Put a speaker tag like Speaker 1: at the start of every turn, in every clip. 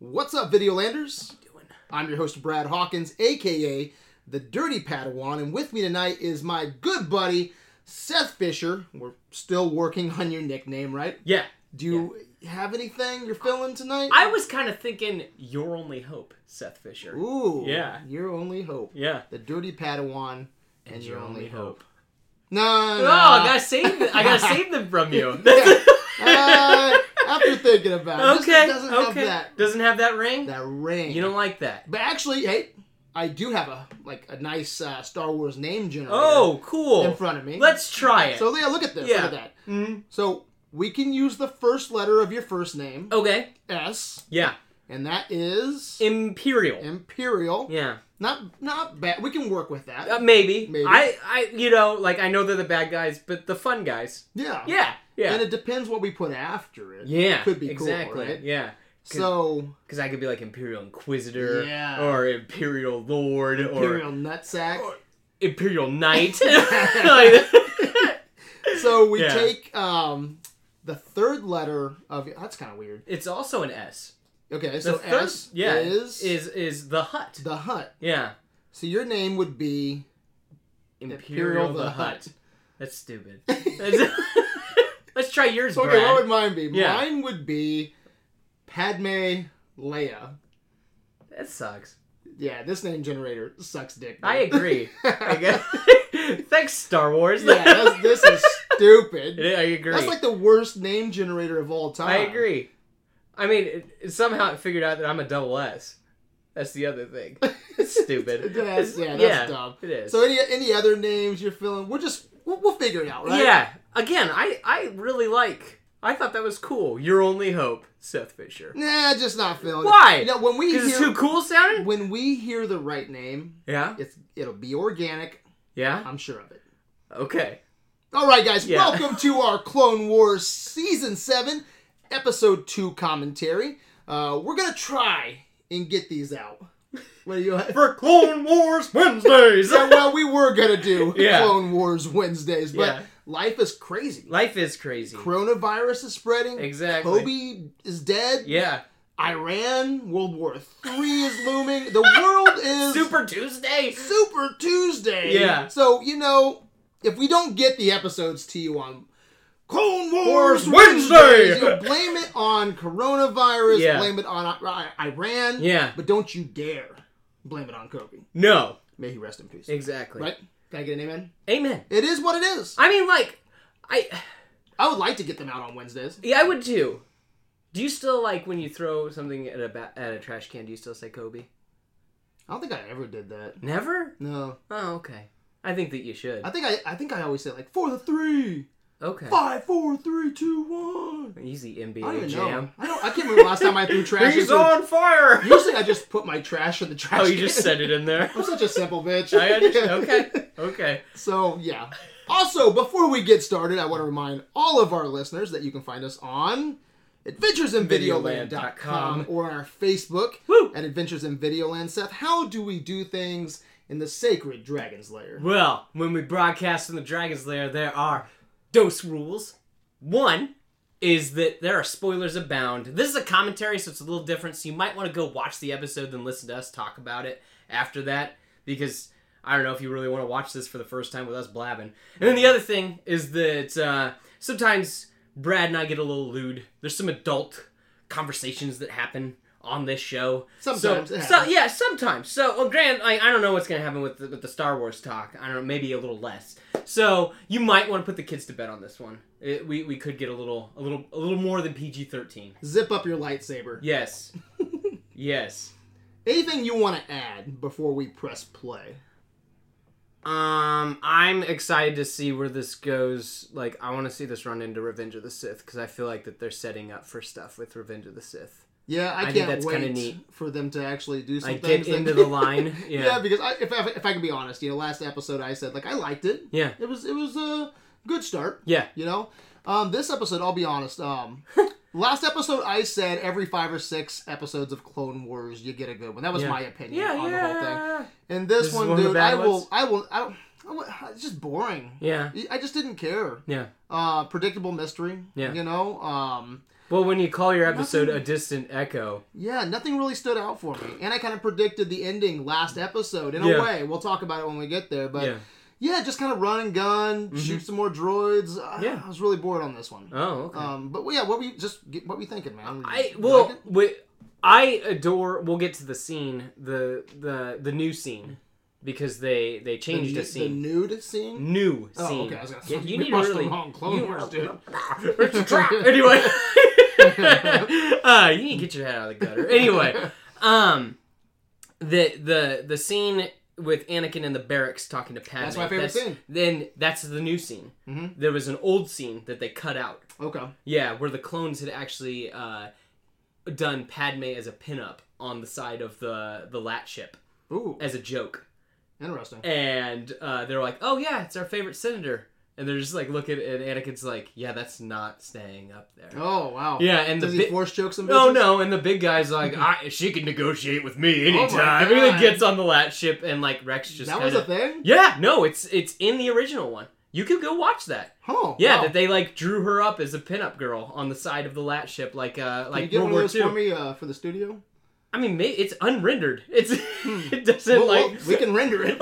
Speaker 1: What's up, Videolanders? I'm your host, Brad Hawkins, aka the Dirty Padawan, and with me tonight is my good buddy, Seth Fisher. We're still working on your nickname, right?
Speaker 2: Yeah.
Speaker 1: Do you have anything you're feeling tonight?
Speaker 2: I was kind of thinking your only hope, Seth Fisher.
Speaker 1: Ooh.
Speaker 2: Yeah.
Speaker 1: Your only hope.
Speaker 2: Yeah.
Speaker 1: The Dirty Padawan and, your, only hope. Uh, No,
Speaker 2: Oh, I gotta save the, I gotta save them from you.
Speaker 1: uh, after thinking about it, this
Speaker 2: okay.
Speaker 1: doesn't
Speaker 2: okay.
Speaker 1: have that
Speaker 2: Doesn't have that ring.
Speaker 1: that ring.
Speaker 2: You don't like that.
Speaker 1: But actually, hey, I do have a like a nice uh, Star Wars name generator
Speaker 2: Oh, cool.
Speaker 1: in front of me.
Speaker 2: Let's try it.
Speaker 1: so mm. yeah, look at this.
Speaker 2: Yeah.
Speaker 1: Look at that.
Speaker 2: Mhm.
Speaker 1: So we can use the first letter of your first name,
Speaker 2: Okay.
Speaker 1: S,
Speaker 2: Yeah.
Speaker 1: and that is
Speaker 2: Imperial.
Speaker 1: Imperial.
Speaker 2: Yeah.
Speaker 1: Not not bad. We can work with that.
Speaker 2: Uh, maybe.
Speaker 1: Maybe.
Speaker 2: I I you know like I know they're the bad guys, but the fun guys.
Speaker 1: yeah.
Speaker 2: Yeah. Yeah.
Speaker 1: And it depends what we put after Uh, it.
Speaker 2: yeah.
Speaker 1: could be cool,
Speaker 2: exactly.
Speaker 1: right?
Speaker 2: Yeah.
Speaker 1: So
Speaker 2: Because I could be like Imperial Inquisitor,
Speaker 1: Yeah.
Speaker 2: or Imperial Lord, or
Speaker 1: Imperial nutsack.
Speaker 2: or- Imperial Knight. Like-
Speaker 1: so we
Speaker 2: Yeah.
Speaker 1: take um the third letter of that's kind of weird.
Speaker 2: it's also an S.
Speaker 1: Okay,
Speaker 2: The
Speaker 1: so
Speaker 2: third-
Speaker 1: S
Speaker 2: yeah,
Speaker 1: is
Speaker 2: is is the Hut.
Speaker 1: the hut.
Speaker 2: yeah,
Speaker 1: So your name would be
Speaker 2: Imperial,
Speaker 1: Imperial
Speaker 2: the,
Speaker 1: the
Speaker 2: Hut. That's stupid. Let's try yours,
Speaker 1: so okay.
Speaker 2: Brad.
Speaker 1: What would mine be?
Speaker 2: Yeah.
Speaker 1: Mine would be Padme Leia.
Speaker 2: That sucks.
Speaker 1: Yeah, this name generator sucks dick. dude.
Speaker 2: I agree. I guess. Thanks, Star Wars.
Speaker 1: yeah, that's, this is
Speaker 2: I
Speaker 1: stupid.
Speaker 2: agree.
Speaker 1: That's like the worst name generator of all time.
Speaker 2: I agree. I mean, it, it- somehow it figured out that I'm a double S. That's the other thing. It's stupid.
Speaker 1: That's- yeah, that's dumb.
Speaker 2: It is.
Speaker 1: So any any other names you're feeling? We're just we'll, we'll figure it out, right?
Speaker 2: Yeah. Again, I I really like. I thought that was cool. Your only hope, Seth Fisher.
Speaker 1: Nah, just not feeling. it.
Speaker 2: Why?
Speaker 1: You know, when we
Speaker 2: Is it too
Speaker 1: hear
Speaker 2: cool sounding?
Speaker 1: when we hear the right name,
Speaker 2: Yeah.
Speaker 1: it's it'll be organic.
Speaker 2: Yeah.
Speaker 1: I'm sure of it.
Speaker 2: Okay.
Speaker 1: All right, guys,
Speaker 2: Yeah.
Speaker 1: welcome to our Clone Wars Season 7, Episode 2 commentary. Uh, we're going to try and get these out. What do you
Speaker 2: For Clone Wars Wednesdays.
Speaker 1: Yeah, well, we were going to do
Speaker 2: Yeah.
Speaker 1: Clone Wars Wednesdays, but
Speaker 2: Yeah.
Speaker 1: life is crazy.
Speaker 2: Life is crazy.
Speaker 1: Coronavirus is spreading.
Speaker 2: Exactly.
Speaker 1: Kobe is dead.
Speaker 2: Yeah.
Speaker 1: Iran, World War Three is looming. The world is
Speaker 2: Super Tuesday.
Speaker 1: Super Tuesday.
Speaker 2: Yeah.
Speaker 1: So, you know, if we don't get the episodes to you on Clone Wars
Speaker 2: Wars
Speaker 1: Wednesday,
Speaker 2: Wednesday!
Speaker 1: you'll blame it on coronavirus,
Speaker 2: Yeah.
Speaker 1: blame it on I- I- Iran.
Speaker 2: Yeah.
Speaker 1: But don't you dare blame it on Kobe.
Speaker 2: No.
Speaker 1: May he rest in peace.
Speaker 2: Exactly.
Speaker 1: Right? Can I get an amen?
Speaker 2: Amen.
Speaker 1: It is what it is.
Speaker 2: I mean, like, I.
Speaker 1: I would like to get them out on Wednesdays.
Speaker 2: Yeah, I would too. Do you still like when you throw something at a ba- at a trash can? Do you still say Kobe?
Speaker 1: I don't think I ever did that.
Speaker 2: Never.
Speaker 1: No.
Speaker 2: Oh, okay. I think that you should.
Speaker 1: I think I I think I always say like for the three.
Speaker 2: Okay.
Speaker 1: Five, four, three, two, one.
Speaker 2: Easy
Speaker 1: I don't
Speaker 2: NBA
Speaker 1: even know.
Speaker 2: jam.
Speaker 1: I don't I can't remember the last time I threw trash into a
Speaker 2: fire.
Speaker 1: Usually, I just put my trash in the trash.
Speaker 2: Oh, you just
Speaker 1: can.
Speaker 2: said it in there.
Speaker 1: I'm such a simple bitch.
Speaker 2: I understand. Okay. Okay.
Speaker 1: So yeah. Also, before we get started, I want to remind all of our listeners that you can find us on adventuresinvideoland.com
Speaker 2: Videoland.com.
Speaker 1: or on our Facebook
Speaker 2: Woo.
Speaker 1: at Adventures in Videoland. Seth, how do we do things in the sacred Dragon's Lair?
Speaker 2: Well, when we broadcast from the Dragon's Lair, there are dose rules. One is that there are spoilers abound. This is a commentary, so it's a little different. So you might want to go watch the episode, then listen to us talk about it after that, because I don't know if you really want to watch this for the first time with us blabbing. And then the other thing is that uh, sometimes Brad and I get a little lewd. There's some adult conversations that happen on this show.
Speaker 1: Sometimes
Speaker 2: So,
Speaker 1: it
Speaker 2: so
Speaker 1: happens.
Speaker 2: yeah, sometimes. So, well, Grant, I, I don't know what's gonna happen with the, with the Star Wars talk. I don't know, maybe a little less. So, you might want to put the kids to bed on this one. It, we, we could get a little a little a little more than PG thirteen.
Speaker 1: Zip up your lightsaber.
Speaker 2: Yes, yes.
Speaker 1: Anything you want to add before we press play?
Speaker 2: Um, I'm excited to see where this goes. Like, I want to see this run into Revenge of the Sith because I feel like that they're setting up for stuff with Revenge of the Sith.
Speaker 1: Yeah, I,
Speaker 2: think
Speaker 1: can't
Speaker 2: that's kinda
Speaker 1: wait
Speaker 2: neat.
Speaker 1: for them to actually do some
Speaker 2: Like,
Speaker 1: things.
Speaker 2: get
Speaker 1: that-
Speaker 2: into the line.
Speaker 1: Yeah,
Speaker 2: Yeah,
Speaker 1: because I, if, I, if I can be honest, you know, last episode I said like I liked it.
Speaker 2: yeah,
Speaker 1: It was it was a good start.
Speaker 2: yeah.
Speaker 1: You know, um, this episode I'll be honest. Um, last episode I said every five or six episodes of Clone Wars you get a good one. That was
Speaker 2: Yeah.
Speaker 1: my opinion
Speaker 2: Yeah,
Speaker 1: on the whole thing.
Speaker 2: yeah.
Speaker 1: And this,
Speaker 2: This is
Speaker 1: one,
Speaker 2: one of the
Speaker 1: dude,
Speaker 2: bad
Speaker 1: I will,
Speaker 2: ones?
Speaker 1: I will, I will, I wa- It's just boring.
Speaker 2: Yeah.
Speaker 1: I just didn't care.
Speaker 2: Yeah.
Speaker 1: Uh, predictable mystery.
Speaker 2: Yeah.
Speaker 1: You know, um,
Speaker 2: Well, when you call your episode a distant echo,
Speaker 1: yeah, nothing really stood out for me. And I kind of predicted the ending last episode in
Speaker 2: Yeah.
Speaker 1: a way. We'll talk about it when we get there. But
Speaker 2: yeah.
Speaker 1: yeah, just kind of run and gun, shoot some more droids. Uh,
Speaker 2: Mm-hmm. Yeah.
Speaker 1: I was really bored on this one.
Speaker 2: Oh, okay.
Speaker 1: Um, but well, yeah, what were you just get- what were you thinking, man?
Speaker 2: I
Speaker 1: You
Speaker 2: well,
Speaker 1: like it?
Speaker 2: wi- I adore. We'll get to the scene, the the the new scene, because they they
Speaker 1: the,
Speaker 2: changed
Speaker 1: nu-
Speaker 2: a scene.
Speaker 1: the nude scene.
Speaker 2: new scene.
Speaker 1: Oh, okay, I was gonna say,
Speaker 2: Yeah, you
Speaker 1: we
Speaker 2: need to
Speaker 1: watched the
Speaker 2: really.
Speaker 1: wrong Clone
Speaker 2: you-
Speaker 1: Wars, dude.
Speaker 2: It's a trap. anyway, uh, you need to get your head out of the gutter. Anyway, um, the the the scene with Anakin in the barracks talking to Padme.
Speaker 1: That's my favorite scene.
Speaker 2: Then that's the new scene.
Speaker 1: Mhm.
Speaker 2: There was an old scene that they cut out.
Speaker 1: Okay.
Speaker 2: Yeah, where the clones had actually uh, done Padme as a pinup on the side of the the lat ship
Speaker 1: Ooh,
Speaker 2: as a joke,
Speaker 1: interesting.
Speaker 2: and uh, they're like, "Oh yeah, it's our favorite senator," and they're just like looking, and Anakin's like, "Yeah, that's not staying up there."
Speaker 1: Oh wow.
Speaker 2: Yeah, and
Speaker 1: Does
Speaker 2: the
Speaker 1: he
Speaker 2: bi-
Speaker 1: force choke some?
Speaker 2: no,
Speaker 1: bitches?
Speaker 2: no, and the big guy's like, I, "She can negotiate with me
Speaker 1: Oh my
Speaker 2: anytime." and then
Speaker 1: God.
Speaker 2: gets on the lat ship, and like Rex just
Speaker 1: That
Speaker 2: kinda,
Speaker 1: was a thing.
Speaker 2: yeah, no, it's it's in the original one. You could go watch that.
Speaker 1: Oh
Speaker 2: Yeah,
Speaker 1: wow.
Speaker 2: that they like drew her up as a pinup girl on the side of the lat ship, like uh,
Speaker 1: Can you
Speaker 2: like
Speaker 1: get one of
Speaker 2: World War
Speaker 1: those for
Speaker 2: Two.
Speaker 1: me uh, for the studio?
Speaker 2: I mean, may- it's unrendered. It's
Speaker 1: Hmm.
Speaker 2: it doesn't
Speaker 1: Well, well,
Speaker 2: like
Speaker 1: we can render it.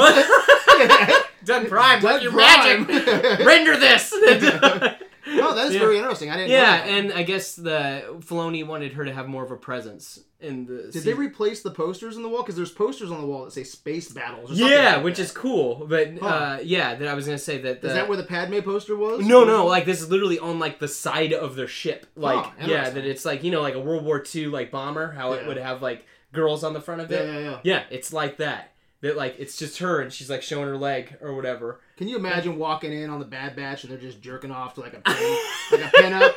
Speaker 2: Doug Prime,
Speaker 1: Doug
Speaker 2: Doug your
Speaker 1: Prime.
Speaker 2: magic, render this.
Speaker 1: no, Oh, that is
Speaker 2: Yeah.
Speaker 1: very interesting. I didn't. know
Speaker 2: Yeah,
Speaker 1: that.
Speaker 2: and I guess the Filoni wanted her to have more of a presence in the.
Speaker 1: did they replace the posters on the wall? Because there's posters on the wall that say space battles. Or something
Speaker 2: yeah,
Speaker 1: like
Speaker 2: which
Speaker 1: that.
Speaker 2: is cool, but
Speaker 1: Huh.
Speaker 2: uh, yeah, that I was gonna say that. The,
Speaker 1: Is that where the Padme poster was?
Speaker 2: No, no, like this is literally on like the side of their ship. Like,
Speaker 1: Huh,
Speaker 2: yeah,
Speaker 1: interesting.
Speaker 2: that it's like you know, like a World War II like bomber, how
Speaker 1: Yeah.
Speaker 2: it would have like girls on the front of
Speaker 1: Yeah,
Speaker 2: it.
Speaker 1: yeah, yeah.
Speaker 2: Yeah, it's like that. That like it's just her and she's like showing her leg or whatever.
Speaker 1: Can you imagine walking in on the Bad Batch and they're just jerking off to like a pin, like a pinup?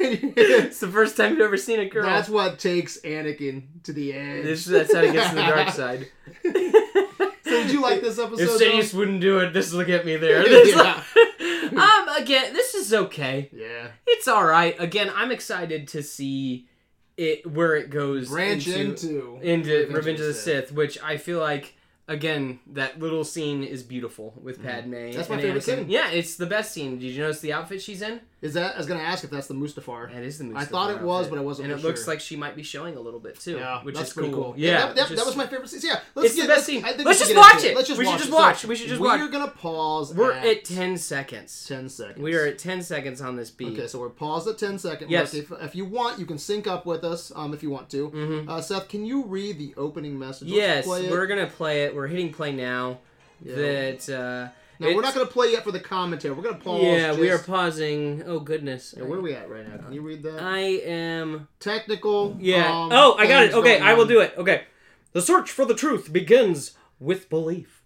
Speaker 2: it's the first time you've ever seen a girl.
Speaker 1: That's what takes Anakin to the edge.
Speaker 2: This- that's how it gets to the dark side.
Speaker 1: so did you like this episode?
Speaker 2: If
Speaker 1: though?
Speaker 2: Sidious wouldn't do it, this will get me there. This-
Speaker 1: Yeah.
Speaker 2: um, again, this is okay.
Speaker 1: yeah.
Speaker 2: It's all right. Again, I'm excited to see it where it goes.
Speaker 1: Branch
Speaker 2: into,
Speaker 1: into,
Speaker 2: into Revenge, of the Sith. which I feel like again that little scene is beautiful with Padme.
Speaker 1: Mm-hmm. That's my
Speaker 2: and
Speaker 1: favorite
Speaker 2: Anakin.
Speaker 1: scene.
Speaker 2: Yeah, it's the best scene. Did you notice the outfit she's in?
Speaker 1: Is that? I was gonna ask if that's the Mustafar.
Speaker 2: That is the. Mustafar
Speaker 1: I thought it was,
Speaker 2: outfit.
Speaker 1: but I wasn't
Speaker 2: And it
Speaker 1: sure.
Speaker 2: looks like she might be showing a little bit too,
Speaker 1: Yeah,
Speaker 2: which
Speaker 1: that's
Speaker 2: is
Speaker 1: pretty
Speaker 2: cool.
Speaker 1: cool.
Speaker 2: Yeah,
Speaker 1: that, that,
Speaker 2: just-
Speaker 1: that was my favorite scene. Yeah, let's
Speaker 2: It's the
Speaker 1: get,
Speaker 2: best
Speaker 1: let's,
Speaker 2: scene.
Speaker 1: I think
Speaker 2: Let's
Speaker 1: we
Speaker 2: just
Speaker 1: should get into
Speaker 2: watch it.
Speaker 1: Let's just
Speaker 2: We should
Speaker 1: watch
Speaker 2: just
Speaker 1: it. So
Speaker 2: watch. We should just watch.
Speaker 1: We're gonna pause.
Speaker 2: We're
Speaker 1: at,
Speaker 2: at ten seconds.
Speaker 1: ten seconds.
Speaker 2: We are at ten seconds on this beat.
Speaker 1: Okay, so we're paused at 10 seconds.
Speaker 2: Yes.
Speaker 1: If, if you want, you can sync up with us um, if you want to. Uh, Seth, can you read the opening message? Let's
Speaker 2: Mm-hmm. Yes,
Speaker 1: play it.
Speaker 2: we're gonna play it. We're hitting play now.
Speaker 1: Yeah.
Speaker 2: That uh,
Speaker 1: No, we're not
Speaker 2: it's-
Speaker 1: going to play yet for the commentary. We're going to pause.
Speaker 2: Yeah, we are
Speaker 1: just-
Speaker 2: pausing. Oh goodness.
Speaker 1: Yeah, where are we at right now? Can you read that?
Speaker 2: I am
Speaker 1: Technical.
Speaker 2: Uh, Yeah.
Speaker 1: um,
Speaker 2: oh, I got it.
Speaker 1: things
Speaker 2: Okay,
Speaker 1: going
Speaker 2: I will
Speaker 1: on.
Speaker 2: do it. Okay. The search for the truth begins with belief.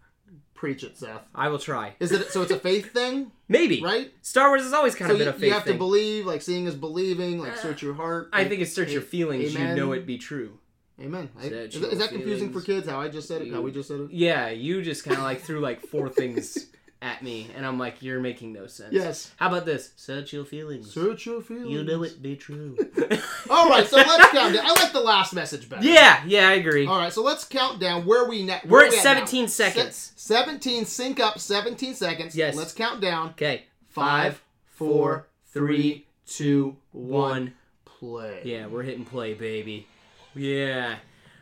Speaker 1: Preach it, Seth.
Speaker 2: I will try.
Speaker 1: Is it so? It's a faith thing,
Speaker 2: Maybe.
Speaker 1: right?
Speaker 2: Star Wars has always kind
Speaker 1: So
Speaker 2: of been
Speaker 1: you,
Speaker 2: a
Speaker 1: you
Speaker 2: faith
Speaker 1: have
Speaker 2: thing. Uh,
Speaker 1: to believe, like seeing is believing, like search your heart.
Speaker 2: I think it's search your feelings.
Speaker 1: Amen.
Speaker 2: You know it be true.
Speaker 1: Amen. I-
Speaker 2: Search
Speaker 1: is, is
Speaker 2: your
Speaker 1: that confusing
Speaker 2: feelings.
Speaker 1: for kids? How I just said it? How we just said it?
Speaker 2: Yeah, you just kind of like threw like four things at me, and I'm like, you're making no sense.
Speaker 1: Yes.
Speaker 2: How about this? Search your feelings.
Speaker 1: Search your feelings.
Speaker 2: You know it be true.
Speaker 1: All right, so let's count down. I like the last message better.
Speaker 2: yeah. Yeah, I agree.
Speaker 1: All right, so let's count down where we now.
Speaker 2: We're at 17 seconds.
Speaker 1: Seventeen, sync up. Seventeen seconds.
Speaker 2: Yes.
Speaker 1: Let's count down.
Speaker 2: Okay.
Speaker 1: Five, four, three, two, one. Play.
Speaker 2: Yeah, we're hitting play, baby. Yeah.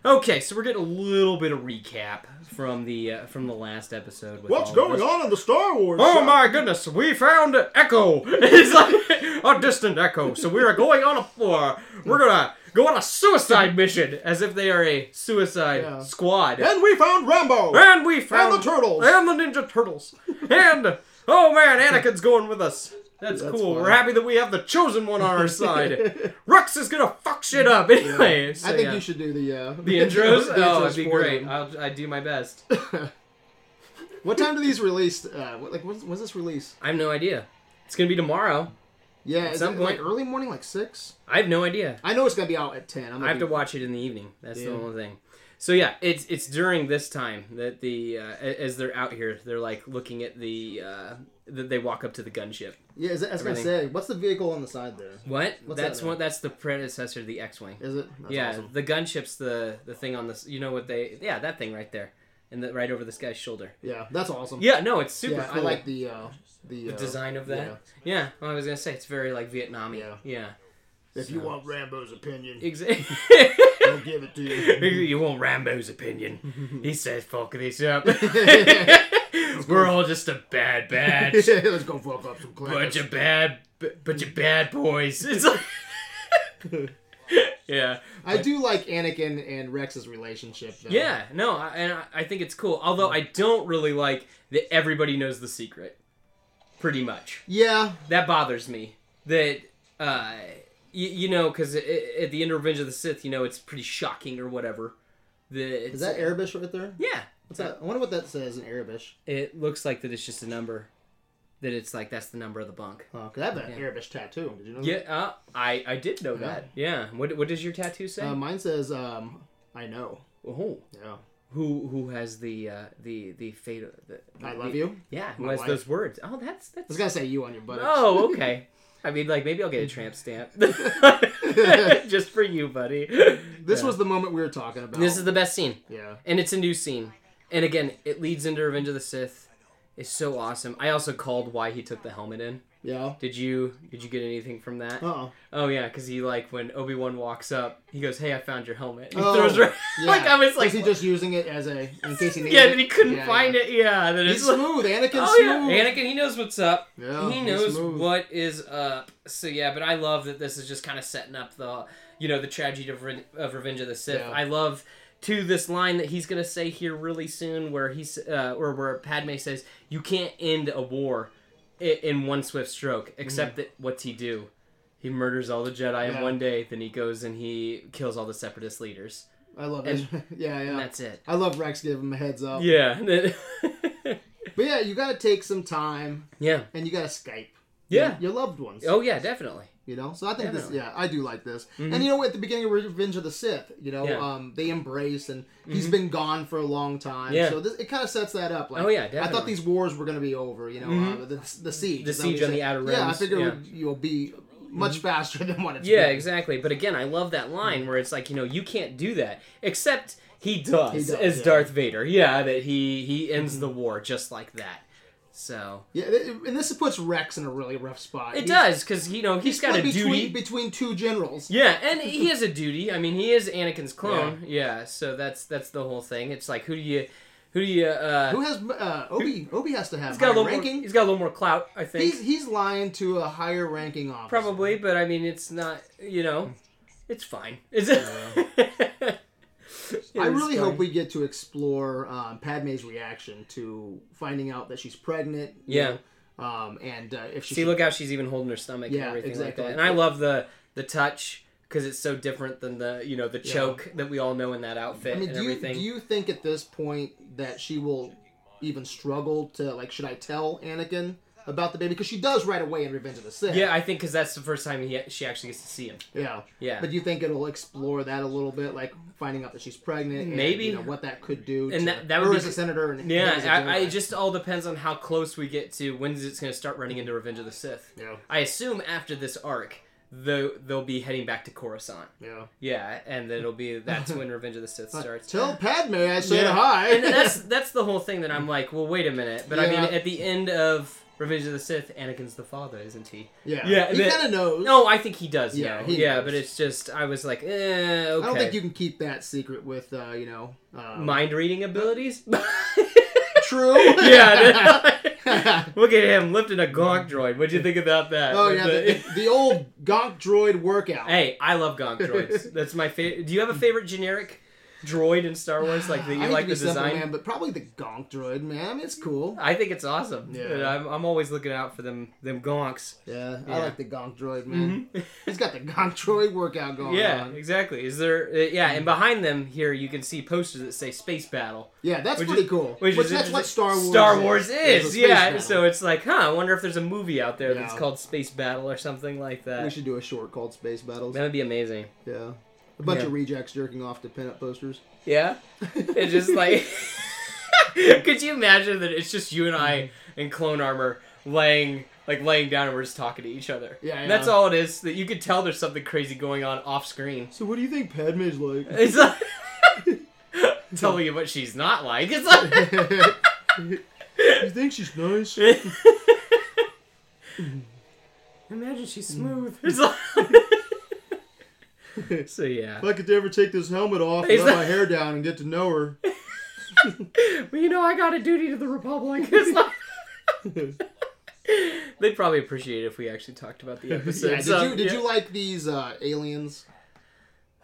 Speaker 2: Okay, so we're getting a little bit of recap from the uh, from the last episode. With all of this.
Speaker 1: on in the Star Wars?
Speaker 2: Oh my goodness, we found an echo. It's like a distant echo. So we are going on a uh, we're gonna go on a suicide mission, as if they are a suicide
Speaker 1: Yeah.
Speaker 2: squad.
Speaker 1: And we found Rambo.
Speaker 2: And we found
Speaker 1: the Turtles.
Speaker 2: and the Ninja Turtles, and oh man, Anakin's going with us. That's,
Speaker 1: That's
Speaker 2: cool.
Speaker 1: fun.
Speaker 2: We're happy that we have the chosen one on our side. Rex is gonna fuck shit up anyway. so
Speaker 1: I think
Speaker 2: yeah.
Speaker 1: you should do the uh,
Speaker 2: The intros?
Speaker 1: the
Speaker 2: oh,
Speaker 1: intros
Speaker 2: it'd be
Speaker 1: for
Speaker 2: great.
Speaker 1: them.
Speaker 2: I'll, I'd do my best.
Speaker 1: What time do these release? Uh, what, like, when's, when's this release?
Speaker 2: I have no idea. It's gonna be tomorrow.
Speaker 1: Yeah, is
Speaker 2: some
Speaker 1: it like
Speaker 2: point-
Speaker 1: early morning, like six.
Speaker 2: I have no idea.
Speaker 1: I know it's gonna be out at ten. I'm
Speaker 2: I have to
Speaker 1: looking-
Speaker 2: watch it in the evening. That's
Speaker 1: Yeah.
Speaker 2: the only thing. So yeah, it's it's during this time that the uh, a- as they're out here, they're like looking at the uh, that they walk up to the gunship.
Speaker 1: Yeah, is it, I was gonna
Speaker 2: everything.
Speaker 1: say, what's the vehicle on the side there?
Speaker 2: What?
Speaker 1: What's
Speaker 2: that's
Speaker 1: that,
Speaker 2: what. That's the predecessor to the X-wing.
Speaker 1: Is it? That's
Speaker 2: yeah,
Speaker 1: awesome.
Speaker 2: the gunship's the the thing on this. You know what they? Yeah, that thing right there. and the, right over this guy's shoulder.
Speaker 1: Yeah, that's awesome.
Speaker 2: Yeah, no, it's super
Speaker 1: yeah,
Speaker 2: cool.
Speaker 1: I like the uh, the,
Speaker 2: the
Speaker 1: uh,
Speaker 2: design of that. Yeah, well, I was gonna say it's very like Vietnam.
Speaker 1: Yeah.
Speaker 2: yeah,
Speaker 1: If you want Rambo's opinion,
Speaker 2: exactly.
Speaker 1: I'll give it to you.
Speaker 2: you want Rambo's opinion? He says, "Fuck this up." We're all just a bad batch,
Speaker 1: Let's go fuck up some
Speaker 2: bunch
Speaker 1: class.
Speaker 2: of bad, bunch of bad boys. It's like, yeah.
Speaker 1: I do like Anakin and Rex's relationship. Though.
Speaker 2: Yeah, no, I, and I- I think it's cool. Although I don't really like that everybody knows the secret, pretty much.
Speaker 1: yeah,
Speaker 2: That bothers me. That, uh, you, you know, because at the end of Revenge of the Sith, you know, it's pretty shocking or whatever. The,
Speaker 1: is that Arabish right there?
Speaker 2: Yeah.
Speaker 1: What's that? I wonder what that says in Arabish.
Speaker 2: It looks like that it's just a number. That it's like that's the number of the bunk.
Speaker 1: Oh, 'cause I have an Arabish tattoo. Did you know?
Speaker 2: Yeah, uh, I I did know that. Yeah. What what does your tattoo say?
Speaker 1: that? Uh, mine says, um, "I know."
Speaker 2: oh,
Speaker 1: Yeah.
Speaker 2: who who has the uh, the the fate? of- The,
Speaker 1: I
Speaker 2: the-
Speaker 1: love you.
Speaker 2: Yeah, who
Speaker 1: My
Speaker 2: has
Speaker 1: wife.
Speaker 2: those words? Oh, that's
Speaker 1: I was
Speaker 2: that's.
Speaker 1: gonna say you on your buttocks.
Speaker 2: Oh, okay. I mean, like maybe I'll get a tramp stamp just for you, buddy.
Speaker 1: This was the moment we were talking about.
Speaker 2: This is the best scene,
Speaker 1: yeah.
Speaker 2: and it's a new scene, and again, it leads into Revenge of the Sith. It's so awesome. I also called why he took the helmet in.
Speaker 1: Yeah.
Speaker 2: Did you did you get anything from that?
Speaker 1: Uh-oh.
Speaker 2: Oh yeah, because he like when Obi Wan walks up, he goes, "Hey, I found your helmet." He
Speaker 1: Oh,
Speaker 2: throws it-
Speaker 1: yeah.
Speaker 2: like I was
Speaker 1: Like
Speaker 2: like,
Speaker 1: he just using it as a in case he needed
Speaker 2: yeah,
Speaker 1: it?
Speaker 2: then he couldn't
Speaker 1: Yeah,
Speaker 2: find
Speaker 1: yeah.
Speaker 2: it. Yeah, then
Speaker 1: He's
Speaker 2: it's like,
Speaker 1: smooth. Anakin's
Speaker 2: oh yeah,
Speaker 1: smooth.
Speaker 2: Anakin, he knows what's up.
Speaker 1: Yeah,
Speaker 2: he
Speaker 1: he's
Speaker 2: knows
Speaker 1: smooth.
Speaker 2: what is up. So yeah, but I love that this is just kind of setting up the you know the tragedy of, Re- of Revenge of the Sith.
Speaker 1: Yeah.
Speaker 2: I love to this line that he's gonna say here really soon, where he's uh, or where Padme says, "You can't end a war i- in one swift stroke." Except that what's he do? He murders all the Jedi in
Speaker 1: Mm-hmm. Yeah.
Speaker 2: one day. Then he goes and he kills all the Separatist leaders.
Speaker 1: I love it. yeah,
Speaker 2: And
Speaker 1: yeah. Oh.
Speaker 2: that's it.
Speaker 1: I love Rex giving him a heads up.
Speaker 2: Yeah.
Speaker 1: But yeah, you gotta take some time
Speaker 2: yeah.
Speaker 1: and you gotta Skype.
Speaker 2: Yeah.
Speaker 1: Your loved ones.
Speaker 2: Oh yeah, definitely.
Speaker 1: You know? So I think this
Speaker 2: Definitely. Mm-hmm.
Speaker 1: yeah, I do like this. And you know at the beginning of Revenge of the Sith, you know,
Speaker 2: Yeah. Mm-hmm.
Speaker 1: um they embrace and he's been gone for a long time.
Speaker 2: Yeah.
Speaker 1: So this it kinda sets that up. Like
Speaker 2: Oh,
Speaker 1: I
Speaker 2: yeah,
Speaker 1: thought
Speaker 2: definitely. Mm-hmm.
Speaker 1: these wars were gonna be over, you know, uh, the, the siege.
Speaker 2: The
Speaker 1: is that what
Speaker 2: siege
Speaker 1: you
Speaker 2: on
Speaker 1: said?
Speaker 2: the outer
Speaker 1: Yeah, I
Speaker 2: rims,
Speaker 1: figured
Speaker 2: yeah. Mm-hmm.
Speaker 1: it would- you'll be much faster than what it's
Speaker 2: Yeah,
Speaker 1: been.
Speaker 2: exactly. But again, I love that line where it's like, you know, you can't do that. Except he does,
Speaker 1: Mm. He does,
Speaker 2: as
Speaker 1: yeah. Mm-hmm.
Speaker 2: Darth Vader. Yeah, that he he ends the war just like that. So
Speaker 1: Yeah, th- and this puts Rex in a really rough spot.
Speaker 2: it does because you know he's got a
Speaker 1: between,
Speaker 2: duty.
Speaker 1: between two generals.
Speaker 2: yeah, and he has a duty. I mean, he is Anakin's clone. Yeah. so that's that's the whole thing. It's like who do you who do you uh
Speaker 1: Who has uh, Obi? Obi has to have
Speaker 2: he's got a
Speaker 1: higher
Speaker 2: little
Speaker 1: ranking.
Speaker 2: more, he's got a little more clout, I think.
Speaker 1: he's he's lying to a higher ranking officer.
Speaker 2: Probably, but I mean it's not, you know, it's fine. Is it?
Speaker 1: I really hope we get to explore um, Padme's reaction to finding out that she's pregnant. you
Speaker 2: Yeah.
Speaker 1: know, Um, and uh, if she
Speaker 2: See, look how she's even holding her stomach and
Speaker 1: Yeah,
Speaker 2: everything
Speaker 1: exactly.
Speaker 2: like that. And I love the the touch because it's so different than the you know the choke that we all know in that outfit
Speaker 1: I mean,
Speaker 2: and
Speaker 1: do you,
Speaker 2: everything.
Speaker 1: do you think at this point that she will even struggle to like? Should I tell Anakin about the baby? Because she does right away in Revenge of the Sith.
Speaker 2: yeah, I think because that's the first time he, she actually gets to see him.
Speaker 1: Yeah.
Speaker 2: Yeah.
Speaker 1: But you think it'll explore that a little bit, like finding out that she's pregnant, and,
Speaker 2: Maybe.
Speaker 1: you know, what that could do,
Speaker 2: And
Speaker 1: to
Speaker 2: that- that
Speaker 1: her
Speaker 2: would be-
Speaker 1: as a senator. And him
Speaker 2: Yeah,
Speaker 1: as a
Speaker 2: I, I,
Speaker 1: Jedi.
Speaker 2: it just all depends on how close we get to when is it's going to start running into Revenge of the Sith.
Speaker 1: yeah,
Speaker 2: I assume after this arc, though, they'll be heading back to Coruscant.
Speaker 1: yeah.
Speaker 2: Yeah, and then it'll be that's when Revenge of the Sith starts.
Speaker 1: Tell Padme I said
Speaker 2: Yeah.
Speaker 1: hi.
Speaker 2: and that's that's the whole thing that I'm like, well, wait a minute. But I mean,
Speaker 1: Yeah.
Speaker 2: at the end of Revenge of the Sith, Anakin's the father, isn't he?
Speaker 1: yeah,
Speaker 2: yeah,
Speaker 1: He
Speaker 2: that-
Speaker 1: kind of knows.
Speaker 2: No, I think he does.
Speaker 1: Yeah,
Speaker 2: Yeah,
Speaker 1: he
Speaker 2: yeah.
Speaker 1: knows.
Speaker 2: But it's just, I was like, eh, okay.
Speaker 1: I don't think you can keep that secret with, uh, you know, um,
Speaker 2: mind reading abilities.
Speaker 1: true.
Speaker 2: yeah. Look at him lifting a gonk droid. What'd you think about that?
Speaker 1: oh
Speaker 2: With
Speaker 1: yeah,
Speaker 2: the-
Speaker 1: the, the old Gonk droid workout.
Speaker 2: hey, I love gonk droids. That's my favorite. Do you have a favorite generic droid in Star Wars? Like that
Speaker 1: I
Speaker 2: you
Speaker 1: hate
Speaker 2: like
Speaker 1: to be
Speaker 2: the
Speaker 1: simple,
Speaker 2: design?
Speaker 1: man, but probably the Gonk droid, man. I mean, it's cool.
Speaker 2: I think it's awesome.
Speaker 1: Yeah.
Speaker 2: And I'm, I'm always looking out for them them gonks.
Speaker 1: Yeah, I
Speaker 2: Yeah. Mm-hmm.
Speaker 1: like the Gonk droid, man. He's got the Gonk droid workout going
Speaker 2: Yeah,
Speaker 1: on. Mm-hmm.
Speaker 2: exactly. Is there? Uh, yeah, and behind them here, you can see posters that say "Space Battle,"
Speaker 1: Yeah, that's
Speaker 2: Which
Speaker 1: pretty
Speaker 2: is-
Speaker 1: cool.
Speaker 2: which
Speaker 1: Which,
Speaker 2: is
Speaker 1: that's what
Speaker 2: interesting.
Speaker 1: Star Wars.
Speaker 2: Star Wars
Speaker 1: There's a
Speaker 2: is.
Speaker 1: space
Speaker 2: Yeah,
Speaker 1: battle.
Speaker 2: so it's like, huh? I wonder if there's a movie out there that's
Speaker 1: Yeah.
Speaker 2: called "Space Battle" or something like
Speaker 1: we
Speaker 2: that.
Speaker 1: should do a short called Space Battles.
Speaker 2: That would be amazing.
Speaker 1: Yeah, a bunch
Speaker 2: Yeah.
Speaker 1: of rejects jerking off to pinup posters.
Speaker 2: Yeah, it's just like, could you imagine that it's just you and I
Speaker 1: Mm-hmm.
Speaker 2: in clone armor laying. Like laying down and we're just talking to each other.
Speaker 1: Yeah,
Speaker 2: And that's
Speaker 1: yeah.
Speaker 2: all it is. That you could tell there's something crazy going on off screen.
Speaker 1: So what do you think Padme's like?
Speaker 2: It's like telling you what she's not like. It's like
Speaker 1: You think she's nice?
Speaker 2: imagine she's smooth. It's like- so yeah.
Speaker 1: If I could ever take this helmet off and
Speaker 2: He's
Speaker 1: let
Speaker 2: like-
Speaker 1: my hair down and get to know her.
Speaker 2: Well, you know, I got a duty to the Republic. It's like- They'd probably appreciate it if we actually talked about the episode.
Speaker 1: yeah, did
Speaker 2: so,
Speaker 1: you did
Speaker 2: yeah.
Speaker 1: you like these uh, aliens?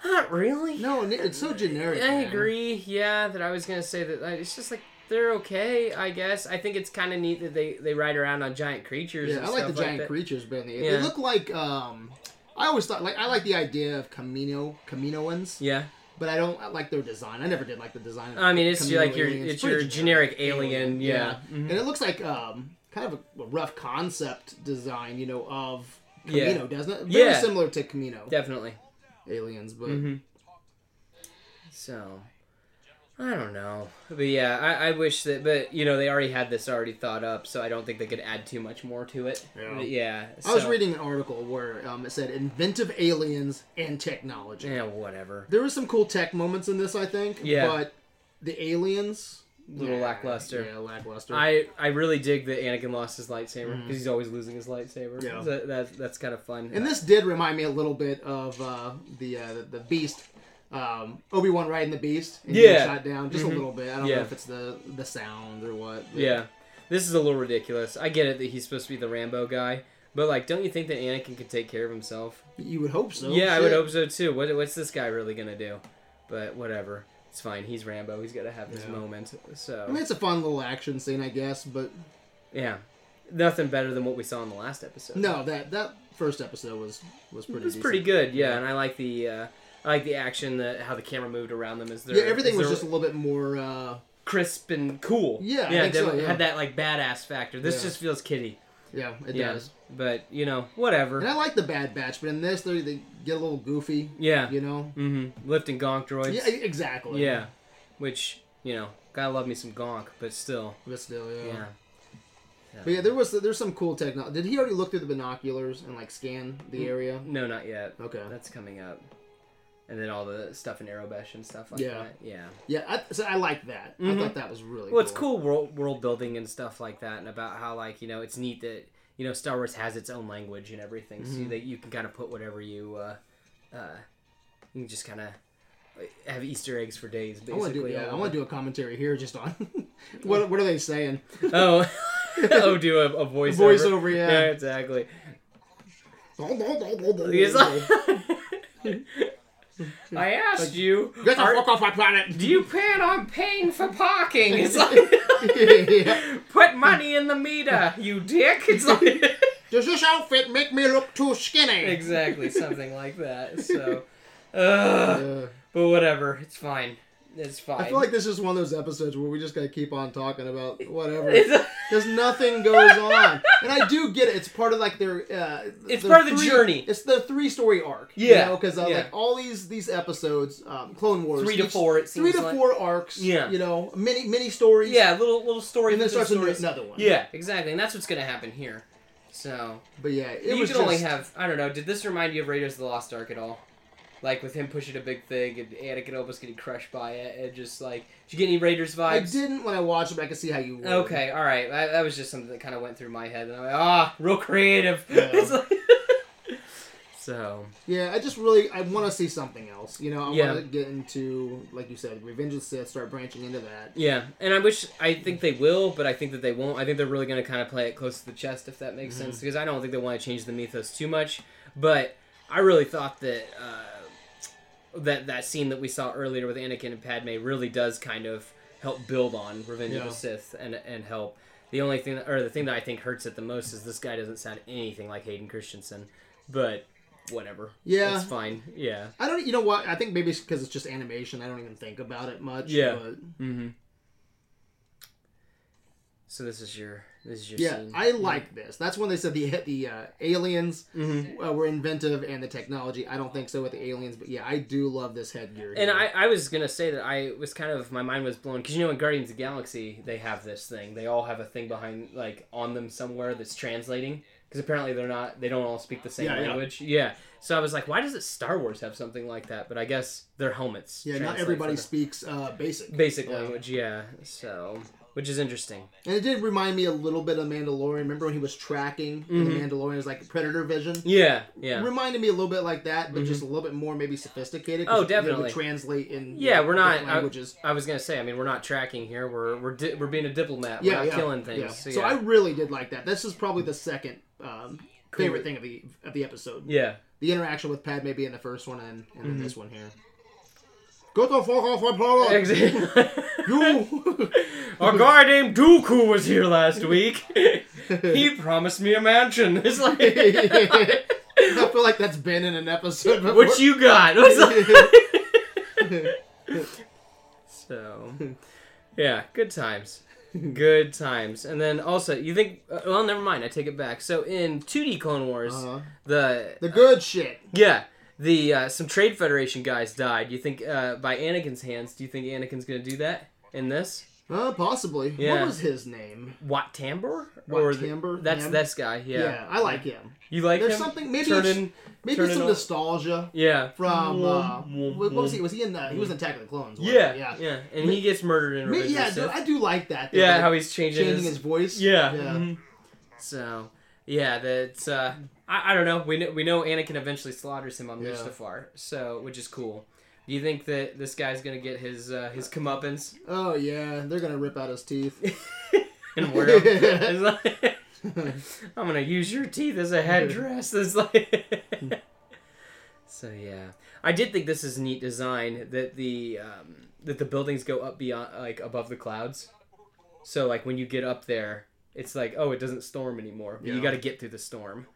Speaker 2: Not really.
Speaker 1: No, n- it's so generic.
Speaker 2: I
Speaker 1: man.
Speaker 2: agree. Yeah, that I was gonna say that like, it's just like they're okay, I guess. I think it's kind of neat that they they ride around on giant creatures.
Speaker 1: Yeah,
Speaker 2: and
Speaker 1: I like the
Speaker 2: stuff
Speaker 1: giant
Speaker 2: that.
Speaker 1: creatures, but they,
Speaker 2: Yeah.
Speaker 1: they look like um. I always thought like I like the idea of Camino Caminoans,
Speaker 2: Yeah,
Speaker 1: but I don't I like their design. I never did like the design. Of
Speaker 2: I mean Uh, it's
Speaker 1: Camino
Speaker 2: like your
Speaker 1: aliens.
Speaker 2: it's
Speaker 1: Pretty
Speaker 2: your generic alien. Yeah.
Speaker 1: and it looks like um kind of a, a rough concept design, you know, of
Speaker 2: Yeah.
Speaker 1: Camino, doesn't it? Very
Speaker 2: Yeah. Mm-hmm.
Speaker 1: similar to Camino
Speaker 2: definitely.
Speaker 1: aliens, but
Speaker 2: So, I don't know, but yeah, I, I wish that, but you know, they already had this already thought up, so I don't think they could add too much more to it.
Speaker 1: Yeah.
Speaker 2: But yeah,
Speaker 1: I was
Speaker 2: so-
Speaker 1: reading an article where um, it said inventive aliens and technology.
Speaker 2: Yeah, whatever.
Speaker 1: There were some cool tech moments in this, I think.
Speaker 2: Yeah.
Speaker 1: But the aliens,
Speaker 2: Little lackluster.
Speaker 1: Yeah, lackluster.
Speaker 2: I, I really dig that Anakin lost his lightsaber because he's always losing his lightsaber.
Speaker 1: Mm-hmm. Yeah.
Speaker 2: That, that- that's kind of fun.
Speaker 1: And this did remind me a little bit of uh, the, uh, the the Beast, um, Obi Wan riding the Beast. And getting
Speaker 2: Yeah. Mm-hmm.
Speaker 1: shot down just a little bit. I don't
Speaker 2: Yeah.
Speaker 1: know if it's the the sound or what. but-
Speaker 2: yeah, this is a little ridiculous. I get it that he's supposed to be the Rambo guy, but like, don't you think that Anakin could take care of himself?
Speaker 1: You would hope so.
Speaker 2: yeah, I would
Speaker 1: Shit.
Speaker 2: hope so too. What, what's this guy really gonna do? But whatever, it's fine. He's Rambo. He's gotta have his
Speaker 1: Yeah.
Speaker 2: moment. So
Speaker 1: I mean, it's a fun little action scene, I guess. But
Speaker 2: Yeah. Nothing better than what we saw in the last episode.
Speaker 1: no, that that first episode was was pretty.
Speaker 2: It was
Speaker 1: decent.
Speaker 2: pretty good, yeah, and I like the uh I like the action, the how the camera moved around them as they're
Speaker 1: Yeah, everything
Speaker 2: as
Speaker 1: was
Speaker 2: they're
Speaker 1: just a little bit more. Uh,
Speaker 2: crisp and cool.
Speaker 1: Yeah, I
Speaker 2: yeah,
Speaker 1: think
Speaker 2: they
Speaker 1: so, yeah.
Speaker 2: had that like badass factor. This
Speaker 1: Yeah.
Speaker 2: just feels kiddie.
Speaker 1: yeah, it
Speaker 2: yeah.
Speaker 1: does.
Speaker 2: But you know, whatever.
Speaker 1: And I like the Bad Batch, but in this, they, they get a little goofy.
Speaker 2: yeah.
Speaker 1: You know.
Speaker 2: Mm-hmm. Lifting gonk droids.
Speaker 1: Yeah, e- exactly.
Speaker 2: Yeah. Which, you know, gotta love me some gonk, but still.
Speaker 1: But still, yeah.
Speaker 2: Yeah.
Speaker 1: But yeah, there was there's some cool technology. Did he already look through the binoculars and like scan the
Speaker 2: Mm.
Speaker 1: area?
Speaker 2: No, not yet.
Speaker 1: Okay.
Speaker 2: That's coming up. And then all the stuff in Aerobesh and stuff like
Speaker 1: Yeah.
Speaker 2: that. Yeah.
Speaker 1: Yeah, I, so I like that. I thought that was really.
Speaker 2: Mm-hmm. Well, it's cool world world building and stuff like that, and about how like you know it's neat that you know Star Wars has its own language and everything,
Speaker 1: Mm-hmm.
Speaker 2: so that you can kind of put whatever you, uh, uh, you can just kind of have Easter eggs for days.
Speaker 1: I want to do
Speaker 2: basically,
Speaker 1: yeah, I
Speaker 2: all
Speaker 1: want to do a commentary here just on what what are they saying?
Speaker 2: over. Oh, oh, do a, a voiceover.
Speaker 1: voiceover, yeah.
Speaker 2: exactly. He's like,
Speaker 1: Get
Speaker 2: I asked you,
Speaker 1: the
Speaker 2: are-
Speaker 1: fuck off my planet!
Speaker 2: do you plan on paying for parking? It's like,
Speaker 1: Yeah.
Speaker 2: put money in the meter, you dick. It's like.
Speaker 1: Does this outfit make me look too skinny?
Speaker 2: exactly something like that so Ugh.
Speaker 1: Uh,
Speaker 2: but whatever it's fine it's fine
Speaker 1: I feel like this is one of those episodes where we just gotta keep on talking about whatever. Because nothing goes on, and I do get it. It's part of like their. Uh,
Speaker 2: It's
Speaker 1: their
Speaker 2: part of the
Speaker 1: three-
Speaker 2: journey.
Speaker 1: It's the three-story arc.
Speaker 2: Yeah,
Speaker 1: because uh,
Speaker 2: yeah.
Speaker 1: like all these these episodes, um, Clone Wars,
Speaker 2: Three to
Speaker 1: each-
Speaker 2: four, it
Speaker 1: three
Speaker 2: seems
Speaker 1: to
Speaker 2: like.
Speaker 1: four arcs.
Speaker 2: Yeah.
Speaker 1: you know, mini mini stories.
Speaker 2: yeah little little story
Speaker 1: and then
Speaker 2: little
Speaker 1: starts a new-
Speaker 2: stories.
Speaker 1: another one.
Speaker 2: yeah exactly and that's what's gonna happen here so
Speaker 1: but yeah, it
Speaker 2: you
Speaker 1: was
Speaker 2: can only
Speaker 1: just-
Speaker 2: have i don't know did this remind you of raiders of the lost ark at all like with him pushing a big thing and Anakin almost getting crushed by it, and just like, did you get any Raiders vibes?
Speaker 1: I didn't when I watched it, but I could see how you. Were.
Speaker 2: Okay, all right. I, that was just something that kind of went through my head, and I'm like, ah, real creative.
Speaker 1: Yeah.
Speaker 2: It's like- so
Speaker 1: Yeah, I just really I want to see something else. You know, I
Speaker 2: Yeah.
Speaker 1: want to get into like you said, Revenge of the Sith. Start branching into that.
Speaker 2: Yeah, and I wish I think they will, but I think that they won't. I think they're really going to kind of play it close to the chest, if that makes
Speaker 1: Mm-hmm.
Speaker 2: sense, because I don't think they want to change the mythos too much. But I really thought that uh, that that scene that we saw earlier with Anakin and Padme really does kind of help build on Revenge of
Speaker 1: Yeah.
Speaker 2: the Sith and and help. The only thing, or the thing that I think hurts it the most, is this guy doesn't sound anything like Hayden Christensen. But whatever,
Speaker 1: Yeah.
Speaker 2: it's fine. Yeah,
Speaker 1: I don't. You know what? I think maybe it's because it's just animation. I don't even think about it much.
Speaker 2: Yeah.
Speaker 1: But
Speaker 2: Mm-hmm. So this is your this is your
Speaker 1: yeah,
Speaker 2: scene.
Speaker 1: I like this. That's when they said the the uh, aliens
Speaker 2: Mhm.
Speaker 1: uh, were inventive and the technology. I don't think so with the aliens, but yeah, I do love this headgear. here.
Speaker 2: and I, I was gonna say that I was kind of my mind was blown because you know in Guardians of the Galaxy they have this thing they all have a thing behind like on them somewhere that's translating because apparently they're not they don't all speak the same
Speaker 1: Yeah, yeah.
Speaker 2: language. Yeah. So I was like, why doesn't Star Wars have something like that? But I guess their helmets.
Speaker 1: Yeah, not
Speaker 2: translate
Speaker 1: everybody
Speaker 2: for
Speaker 1: speaks uh, basic.
Speaker 2: the basic
Speaker 1: Yeah.
Speaker 2: language. Yeah. So which is interesting.
Speaker 1: And it did remind me a little bit of Mandalorian. Remember when he was tracking and the Mandalorian was like predator vision?
Speaker 2: Yeah. Mm-hmm. Yeah. Mm-hmm.
Speaker 1: Reminded me a little bit like that, but just a little bit more maybe sophisticated. 'cause
Speaker 2: Oh,
Speaker 1: it would
Speaker 2: definitely.
Speaker 1: translate in
Speaker 2: Yeah, we're not- uh,
Speaker 1: different languages.
Speaker 2: I was gonna say. I mean, we're not tracking here. We're we're di- we're being a diplomat.
Speaker 1: yeah,
Speaker 2: we're not
Speaker 1: yeah,
Speaker 2: killing things.
Speaker 1: yeah.
Speaker 2: So,
Speaker 1: So,
Speaker 2: yeah.
Speaker 1: I really did like that. This is probably the second um, favorite thing of the of the episode.
Speaker 2: yeah.
Speaker 1: The interaction with Padme being the first one, and, and
Speaker 2: Mm-hmm.
Speaker 1: then this one here. Go the fuck off my planet,
Speaker 2: Ex-
Speaker 1: Oh. you!
Speaker 2: Our guy named Dooku was here last week. he promised me a mansion. It's like,
Speaker 1: I feel like that's been in an episode. Before.
Speaker 2: what you got? It's like- so, yeah, good times. Good times. And then also, you think, uh, well, never mind, I take it back. So in 2D Clone Wars,
Speaker 1: Uh-huh.
Speaker 2: the,
Speaker 1: the good shit.
Speaker 2: yeah, the, uh, some Trade Federation guys died. You think, uh, by Anakin's hands, do you think Anakin's gonna do that in this?
Speaker 1: Uh, possibly.
Speaker 2: Yeah.
Speaker 1: What was his name?
Speaker 2: Wat Tambor?
Speaker 1: Wat
Speaker 2: Or the-
Speaker 1: Tambor?
Speaker 2: That's
Speaker 1: Him?
Speaker 2: this guy. Yeah.
Speaker 1: Yeah, I like him.
Speaker 2: You like
Speaker 1: There's
Speaker 2: him?
Speaker 1: something- maybe
Speaker 2: Turn
Speaker 1: it's-
Speaker 2: in-
Speaker 1: Maybe
Speaker 2: Turn it
Speaker 1: some
Speaker 2: on.
Speaker 1: nostalgia
Speaker 2: yeah.
Speaker 1: from uh,
Speaker 2: Mm, mm,
Speaker 1: what was
Speaker 2: mm.
Speaker 1: he? Was he in the? He was in Attack of the Clones. wasn't
Speaker 2: Yeah,
Speaker 1: he?
Speaker 2: yeah,
Speaker 1: yeah.
Speaker 2: and he gets murdered in
Speaker 1: Me-
Speaker 2: Revenge
Speaker 1: yeah,
Speaker 2: of the
Speaker 1: dude,
Speaker 2: Sith.
Speaker 1: I do like that. that,
Speaker 2: yeah,
Speaker 1: like,
Speaker 2: how he's changing,
Speaker 1: changing
Speaker 2: his,
Speaker 1: his voice.
Speaker 2: yeah.
Speaker 1: yeah.
Speaker 2: mhm. So, yeah, that's uh, I, I don't know. We know, we know Anakin eventually slaughters him on
Speaker 1: Yeah.
Speaker 2: Mustafar, so which is cool. Do you think that this guy's gonna get his uh, his comeuppance
Speaker 1: Oh yeah, they're gonna rip out his teeth.
Speaker 2: and wear 'em? It's like, I'm gonna use your teeth as a headdress. It's like, so yeah, I did think this is neat design that the um, that the buildings go up beyond like above the clouds. So like when you get up there, it's like oh it doesn't storm anymore. But You
Speaker 1: Yeah.
Speaker 2: got to get through the storm.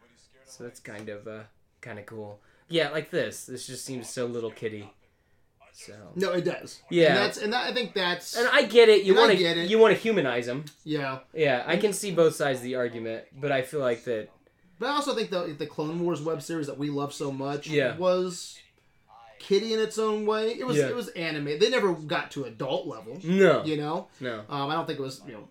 Speaker 2: So that's kind of uh, kind of cool. Yeah, like this. This just seems so little kitty. So
Speaker 1: no, it does.
Speaker 2: Yeah.
Speaker 1: and that's and that, I think that's
Speaker 2: and I get it. You
Speaker 1: And I
Speaker 2: want
Speaker 1: get
Speaker 2: to
Speaker 1: it.
Speaker 2: you want to humanize them.
Speaker 1: yeah.
Speaker 2: Yeah, I can see both sides of the argument, but I feel like that
Speaker 1: But I also think the the Clone Wars web series that we love so much
Speaker 2: Yeah.
Speaker 1: was kitty in its own way. It was
Speaker 2: Yeah.
Speaker 1: it was anime. They never got to adult level.
Speaker 2: no,
Speaker 1: You know,
Speaker 2: no.
Speaker 1: Um, I don't think it was you know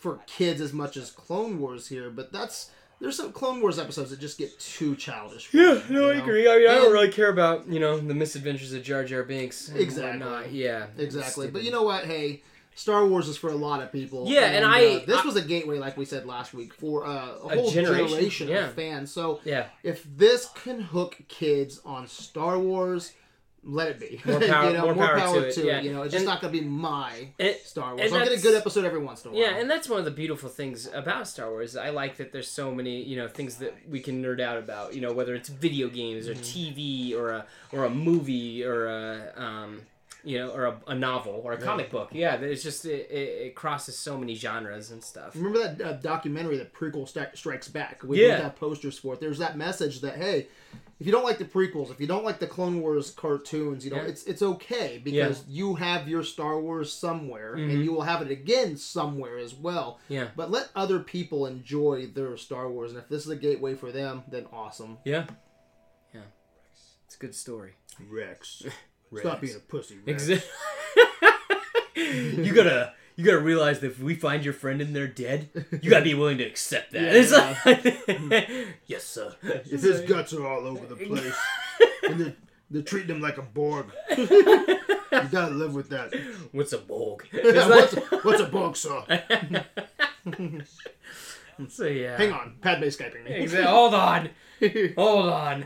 Speaker 1: for kids as much as Clone Wars here, but that's there's some Clone Wars episodes that just get too childish. for
Speaker 2: Yeah,
Speaker 1: me,
Speaker 2: no,
Speaker 1: you
Speaker 2: I
Speaker 1: know?
Speaker 2: agree. I mean, I don't
Speaker 1: And-
Speaker 2: really care about you know the misadventures of Jar Jar Binks. and
Speaker 1: Exactly.
Speaker 2: whatnot. Yeah.
Speaker 1: Exactly, but you know what? Hey, Star Wars is for a lot of people.
Speaker 2: Yeah, and I-
Speaker 1: uh, this
Speaker 2: I-
Speaker 1: was a gateway, like we said last week, for uh, a
Speaker 2: A
Speaker 1: whole
Speaker 2: generation,
Speaker 1: generation,
Speaker 2: yeah.
Speaker 1: of fans. So
Speaker 2: Yeah.
Speaker 1: if this can hook kids on Star Wars. Let it be.
Speaker 2: More power- more power to it, yeah.
Speaker 1: You know, it's
Speaker 2: And-
Speaker 1: just not going to be my
Speaker 2: And-
Speaker 1: Star
Speaker 2: and
Speaker 1: Wars. I'll get a
Speaker 2: that's-
Speaker 1: good episode every once in a while.
Speaker 2: Yeah, and that's one of the beautiful things about Star Wars. I like that there's so many, you know, things that we can nerd out about. You know, whether it's video games or
Speaker 1: Mm-hmm.
Speaker 2: TV or a or a movie or a um, you know, or a, a novel or a comic book. Yeah, it's just it, it, it crosses so many genres and stuff.
Speaker 1: Remember that uh, documentary, The Prequel Stri- Strikes Back? We
Speaker 2: Yeah.
Speaker 1: did have posters for it. There's that message that hey, if you don't like the prequels, if you don't like the Clone Wars cartoons, you know
Speaker 2: Yeah.
Speaker 1: it's it's okay because you have your Star Wars somewhere,
Speaker 2: Mm-hmm.
Speaker 1: and you will have it again somewhere as well.
Speaker 2: Yeah.
Speaker 1: But let other people enjoy their Star Wars, and if this is a gateway for them, then awesome.
Speaker 2: Yeah. Yeah. It's a good story.
Speaker 1: Rex, stop being a pussy. Rex.
Speaker 2: Exactly. you gotta you gotta realize that if we find your friend in there dead, you gotta be willing to accept that. It's like- yes, sir.
Speaker 1: If his guts are all over the place, and they're, they're treating him like a Borg, you gotta live with that.
Speaker 2: What's a bog?
Speaker 1: what's, what's a bog saw?
Speaker 2: so yeah.
Speaker 1: Hang on, Padme skyping me.
Speaker 2: Exa- Hold on. Hold on.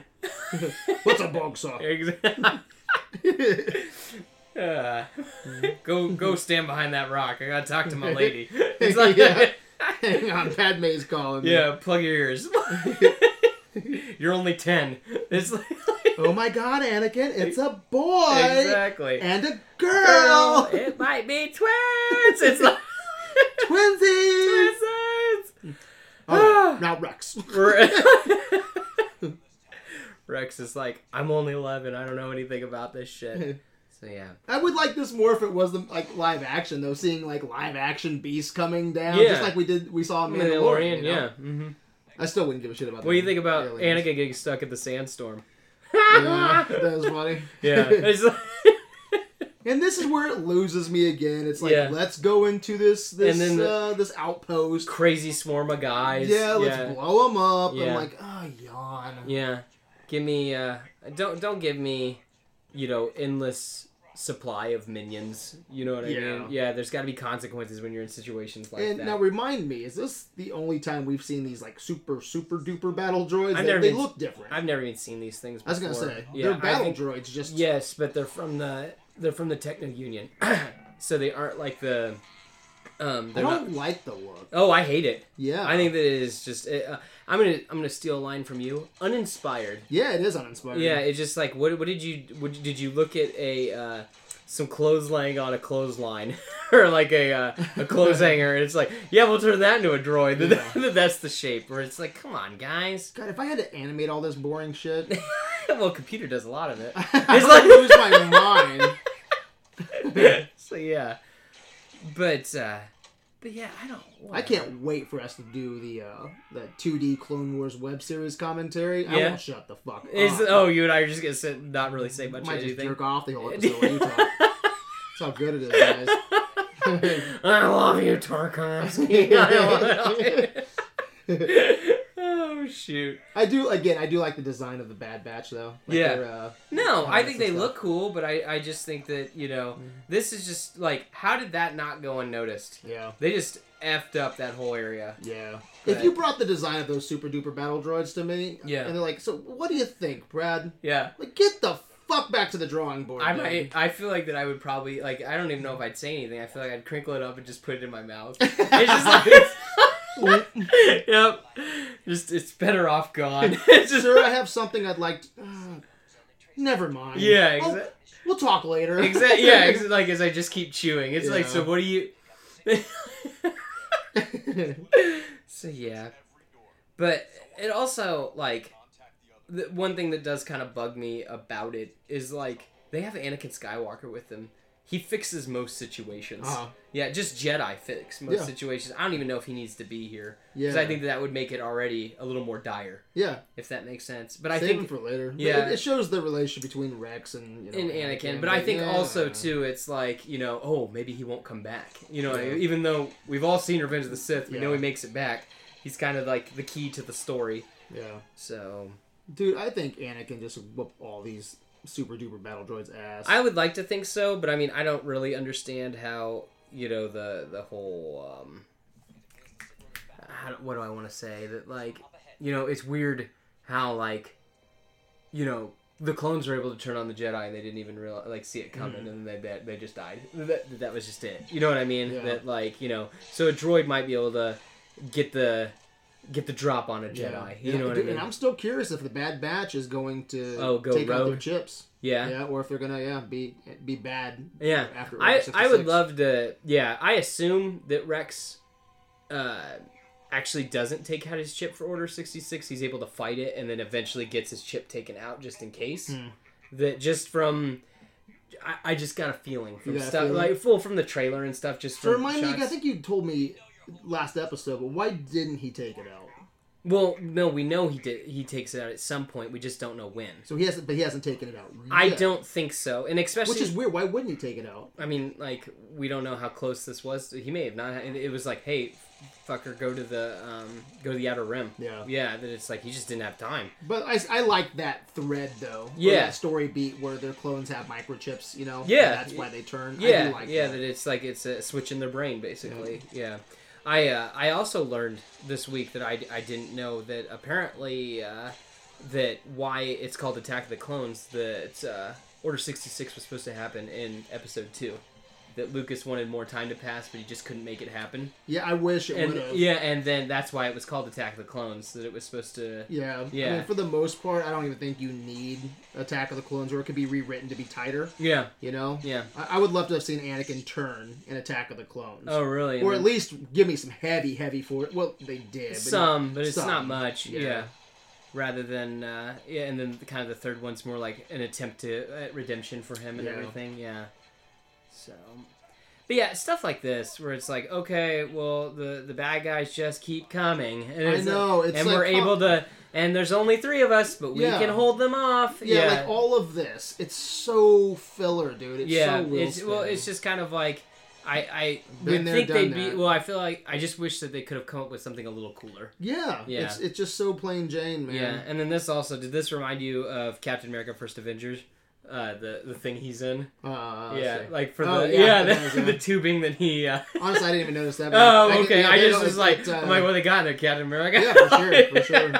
Speaker 1: What's a bog saw?
Speaker 2: Exa- Uh, go go stand behind that rock. I gotta talk to my lady. It's like
Speaker 1: Yeah. Hang on, Padme's calling. me.
Speaker 2: yeah, plug your ears. You're only ten. It's like
Speaker 1: Oh my God, Anakin, it's a boy
Speaker 2: exactly.
Speaker 1: and a girl.
Speaker 2: It might be twins. It's like
Speaker 1: Twinsies.
Speaker 2: twins. Ah.
Speaker 1: Oh, now Rex.
Speaker 2: Re- Rex is like, I'm only eleven. I don't know anything about this shit. So yeah,
Speaker 1: I would like this more if it was the, like live action though, seeing like live action beasts coming down,
Speaker 2: Yeah.
Speaker 1: just like we did we saw in Mandalorian.
Speaker 2: Mandalorian.
Speaker 1: you know?
Speaker 2: Yeah. hmm
Speaker 1: I still wouldn't give a shit about.
Speaker 2: What do you think about
Speaker 1: aliens.
Speaker 2: Anakin getting stuck in the sandstorm?
Speaker 1: Yeah, that was funny.
Speaker 2: Yeah. It's like-
Speaker 1: And this is where it loses me again. It's like
Speaker 2: Yeah.
Speaker 1: let's go into this this
Speaker 2: And then the-
Speaker 1: uh, this outpost.
Speaker 2: Crazy swarm of guys.
Speaker 1: Yeah, let's
Speaker 2: yeah.
Speaker 1: blow them up. I'm
Speaker 2: Yeah.
Speaker 1: like, oh, yawn.
Speaker 2: Yeah. Give me uh don't don't give me, you know, endless supply of minions. You know what I
Speaker 1: Yeah.
Speaker 2: mean? Yeah, there's gotta be consequences when you're in situations like
Speaker 1: and
Speaker 2: that.
Speaker 1: now remind me, is this the only time we've seen these like super super duper battle droids?
Speaker 2: I've
Speaker 1: They,
Speaker 2: never
Speaker 1: they
Speaker 2: been-
Speaker 1: look different.
Speaker 2: I've never even seen these things
Speaker 1: I was
Speaker 2: before.
Speaker 1: gonna say
Speaker 2: yeah,
Speaker 1: they're
Speaker 2: I
Speaker 1: battle
Speaker 2: think-
Speaker 1: droids, just
Speaker 2: Yes, but they're from the they're from the Techno Union. so they aren't like the um
Speaker 1: I
Speaker 2: they're not
Speaker 1: don't like the look.
Speaker 2: Oh, I hate it.
Speaker 1: Yeah,
Speaker 2: I think that it is just uh, I'm going to I'm going to steal a line from you. Uninspired.
Speaker 1: yeah, it is uninspiring.
Speaker 2: Yeah, it's just like what? What did you? What, did you look at a uh, some clothes laying on a clothesline or like a uh, a clothes hanger? And it's like, yeah, we'll turn that into a droid. That's the shape. Where it's like, come on, guys.
Speaker 1: God, if I had to animate all this boring shit,
Speaker 2: well, computer does a lot of it.
Speaker 1: I
Speaker 2: It's
Speaker 1: would
Speaker 2: like-
Speaker 1: lose my mind.
Speaker 2: so yeah, but uh, but yeah, I don't.
Speaker 1: I can't wait for us to do the uh, the 2D Clone Wars web series commentary. I
Speaker 2: Yeah.
Speaker 1: won't shut the fuck up.
Speaker 2: Is oh, you and I are just gonna sit, and not really say much of
Speaker 1: might just
Speaker 2: anything.
Speaker 1: jerk off the whole episode when you talk. That's how good it is, guys.
Speaker 2: I love you, Tarkovsky. I love you. oh shoot.
Speaker 1: I do again. I do like the design of the Bad Batch though. Like,
Speaker 2: Yeah.
Speaker 1: they're, Uh,
Speaker 2: No, I
Speaker 1: Comments
Speaker 2: think
Speaker 1: and
Speaker 2: they
Speaker 1: stuff.
Speaker 2: look cool, but I, I just think that, you know, this is just like, how did that not go unnoticed?
Speaker 1: yeah.
Speaker 2: They just effed up that whole area.
Speaker 1: Yeah. If
Speaker 2: Right.
Speaker 1: you brought the design of those super duper battle droids to me,
Speaker 2: Yeah.
Speaker 1: and they're like, "So what do you think, Brad?
Speaker 2: Yeah.
Speaker 1: Like, get the fuck back to the drawing board."
Speaker 2: I
Speaker 1: dude."
Speaker 2: might, I feel like that I would probably, like, I don't even know if I'd say anything. I feel like I'd crinkle it up and just put it in my mouth. It's just like, yep. Just, it's better off gone. it's just,
Speaker 1: sir, I have something I'd like. To... Ugh, never mind.
Speaker 2: yeah,
Speaker 1: Well,
Speaker 2: exactly.
Speaker 1: We'll, talk later.
Speaker 2: Exactly. Yeah, exa- like as I just keep chewing, it's like,
Speaker 1: Yeah.
Speaker 2: so what do you?
Speaker 1: Uh,
Speaker 2: so yeah, but it also like the one thing that does kind of bug me about it is like they have Anakin Skywalker with them. He fixes most situations.
Speaker 1: Uh-huh.
Speaker 2: Yeah, just Jedi fix most
Speaker 1: Yeah.
Speaker 2: situations. I don't even know if he needs to be here because
Speaker 1: Yeah.
Speaker 2: I think that, that would make it already a little more dire,
Speaker 1: yeah.
Speaker 2: if that makes sense. But I
Speaker 1: Save
Speaker 2: think
Speaker 1: them for later. But
Speaker 2: yeah.
Speaker 1: It, it shows the relation between Rex and you know,
Speaker 2: in Anakin, but I think
Speaker 1: yeah.
Speaker 2: also too, it's like you know, oh maybe he won't come back. You know,
Speaker 1: Yeah.
Speaker 2: even though we've all seen Revenge of the Sith, we know
Speaker 1: Yeah.
Speaker 2: he makes it back. He's kind of like the key to the story.
Speaker 1: Yeah.
Speaker 2: So
Speaker 1: Dude, I think Anakin just whoop all these super duper battle droids ass.
Speaker 2: I would like to think so, but I mean, I don't really understand how you know the the whole. Um, how, what do I want to say? That like you know, it's weird how like you know the clones were able to turn on the Jedi and they didn't even realize like see it
Speaker 1: Mm-hmm.
Speaker 2: coming and they, they they just died. That, that was just it. You know what I mean?
Speaker 1: Yeah.
Speaker 2: That like you know, so a droid might be able to get the get the drop on a Jedi.
Speaker 1: Yeah.
Speaker 2: You
Speaker 1: Yeah,
Speaker 2: know what
Speaker 1: dude,
Speaker 2: I mean?
Speaker 1: And I'm still curious if the Bad Batch is going to
Speaker 2: Oh, go
Speaker 1: take out their
Speaker 2: rogue?
Speaker 1: chips.
Speaker 2: yeah.
Speaker 1: Yeah, or if they're gonna yeah be be bad.
Speaker 2: Yeah,
Speaker 1: After Order
Speaker 2: I, I
Speaker 1: 66.
Speaker 2: would love to. Yeah, I assume that Rex uh, actually doesn't take out his chip for Order sixty six. He's able to fight it, and then eventually gets his chip taken out just in case.
Speaker 1: Hmm.
Speaker 2: That just from, I, I just got a feeling from
Speaker 1: got a
Speaker 2: stuff
Speaker 1: feeling?
Speaker 2: like full from the trailer and stuff. Just
Speaker 1: So
Speaker 2: from
Speaker 1: remind me, I
Speaker 2: shots.
Speaker 1: think you told me last episode, but why didn't he take it out?
Speaker 2: Well, no, we know he did. He takes it out at some point. We just don't know when.
Speaker 1: So he hasn't, but he hasn't taken it out.
Speaker 2: I
Speaker 1: yet.
Speaker 2: don't think so, and especially
Speaker 1: Which is weird. Why wouldn't he take it out?
Speaker 2: I mean, like we don't know how close this was. He may have not. It it was like, hey, fucker, go to the um, go to the outer rim.
Speaker 1: Yeah.
Speaker 2: Yeah, that it's like he just didn't have time.
Speaker 1: But I, I like that thread though. or
Speaker 2: Yeah.
Speaker 1: that story beat where their clones have microchips. You know. and
Speaker 2: Yeah.
Speaker 1: that's why they turn. I
Speaker 2: Yeah,
Speaker 1: do like
Speaker 2: yeah, that.
Speaker 1: That.
Speaker 2: it's like it's a switch in their brain basically. Yeah. I uh, I also learned this week that I, I didn't know that apparently uh, that why it's called Attack of the Clones that uh, Order sixty six was supposed to happen in Episode two. That Lucas wanted more time to pass, but he just couldn't make it happen.
Speaker 1: Yeah. I wish it would
Speaker 2: and
Speaker 1: have.
Speaker 2: yeah, and then that's why it was called Attack of the Clones that it was supposed to.
Speaker 1: Yeah. I
Speaker 2: Yeah.
Speaker 1: mean, for the most part, I don't even think you need Attack of the Clones, or it could be rewritten to be tighter.
Speaker 2: Yeah,
Speaker 1: You know.
Speaker 2: yeah.
Speaker 1: I, I would love to have seen Anakin turn in Attack of the Clones.
Speaker 2: Oh, really?
Speaker 1: Or at least give me some heavy, heavy for it. Well, they did. But
Speaker 2: some, but it's not
Speaker 1: some.
Speaker 2: much.
Speaker 1: Yeah.
Speaker 2: Yeah. Rather than uh, yeah, and then the, kind of the third one's more like an attempt to at redemption for uh, him and
Speaker 1: Yeah.
Speaker 2: everything. Yeah. So, But yeah, stuff like this where it's like, okay, well, the the bad guys just keep coming, and
Speaker 1: I
Speaker 2: it's like-
Speaker 1: know, it's
Speaker 2: and
Speaker 1: like,
Speaker 2: we're
Speaker 1: come-
Speaker 2: able to, and there's only three of us, but we
Speaker 1: Yeah.
Speaker 2: can hold them off.
Speaker 1: Yeah, like all of this. It's so filler, dude. It's
Speaker 2: yeah,
Speaker 1: so Will
Speaker 2: it's well,
Speaker 1: Smith.
Speaker 2: it's just kind of like I I
Speaker 1: Been
Speaker 2: would
Speaker 1: there,
Speaker 2: think
Speaker 1: done
Speaker 2: they'd be
Speaker 1: that.
Speaker 2: well. I feel like I just wish that they could have come up with something a little cooler.
Speaker 1: yeah,
Speaker 2: Yeah.
Speaker 1: It's it's just so plain Jane, man.
Speaker 2: Yeah, and then this also did this remind you of Captain America: First Avengers, uh, the the thing he's in?
Speaker 1: Uh,
Speaker 2: yeah,
Speaker 1: let's see.
Speaker 2: like for the
Speaker 1: Oh, yeah,
Speaker 2: yeah,
Speaker 1: I
Speaker 2: the,
Speaker 1: think that was,
Speaker 2: the
Speaker 1: yeah.
Speaker 2: tubing that he. Uh,
Speaker 1: Honestly, I didn't even notice that. but
Speaker 2: oh,
Speaker 1: did-
Speaker 2: okay.
Speaker 1: yeah,
Speaker 2: I
Speaker 1: did
Speaker 2: just was
Speaker 1: notice
Speaker 2: like,
Speaker 1: that,
Speaker 2: I'm
Speaker 1: uh,
Speaker 2: like, what they got in there, Captain America?
Speaker 1: Yeah, for sure, for sure.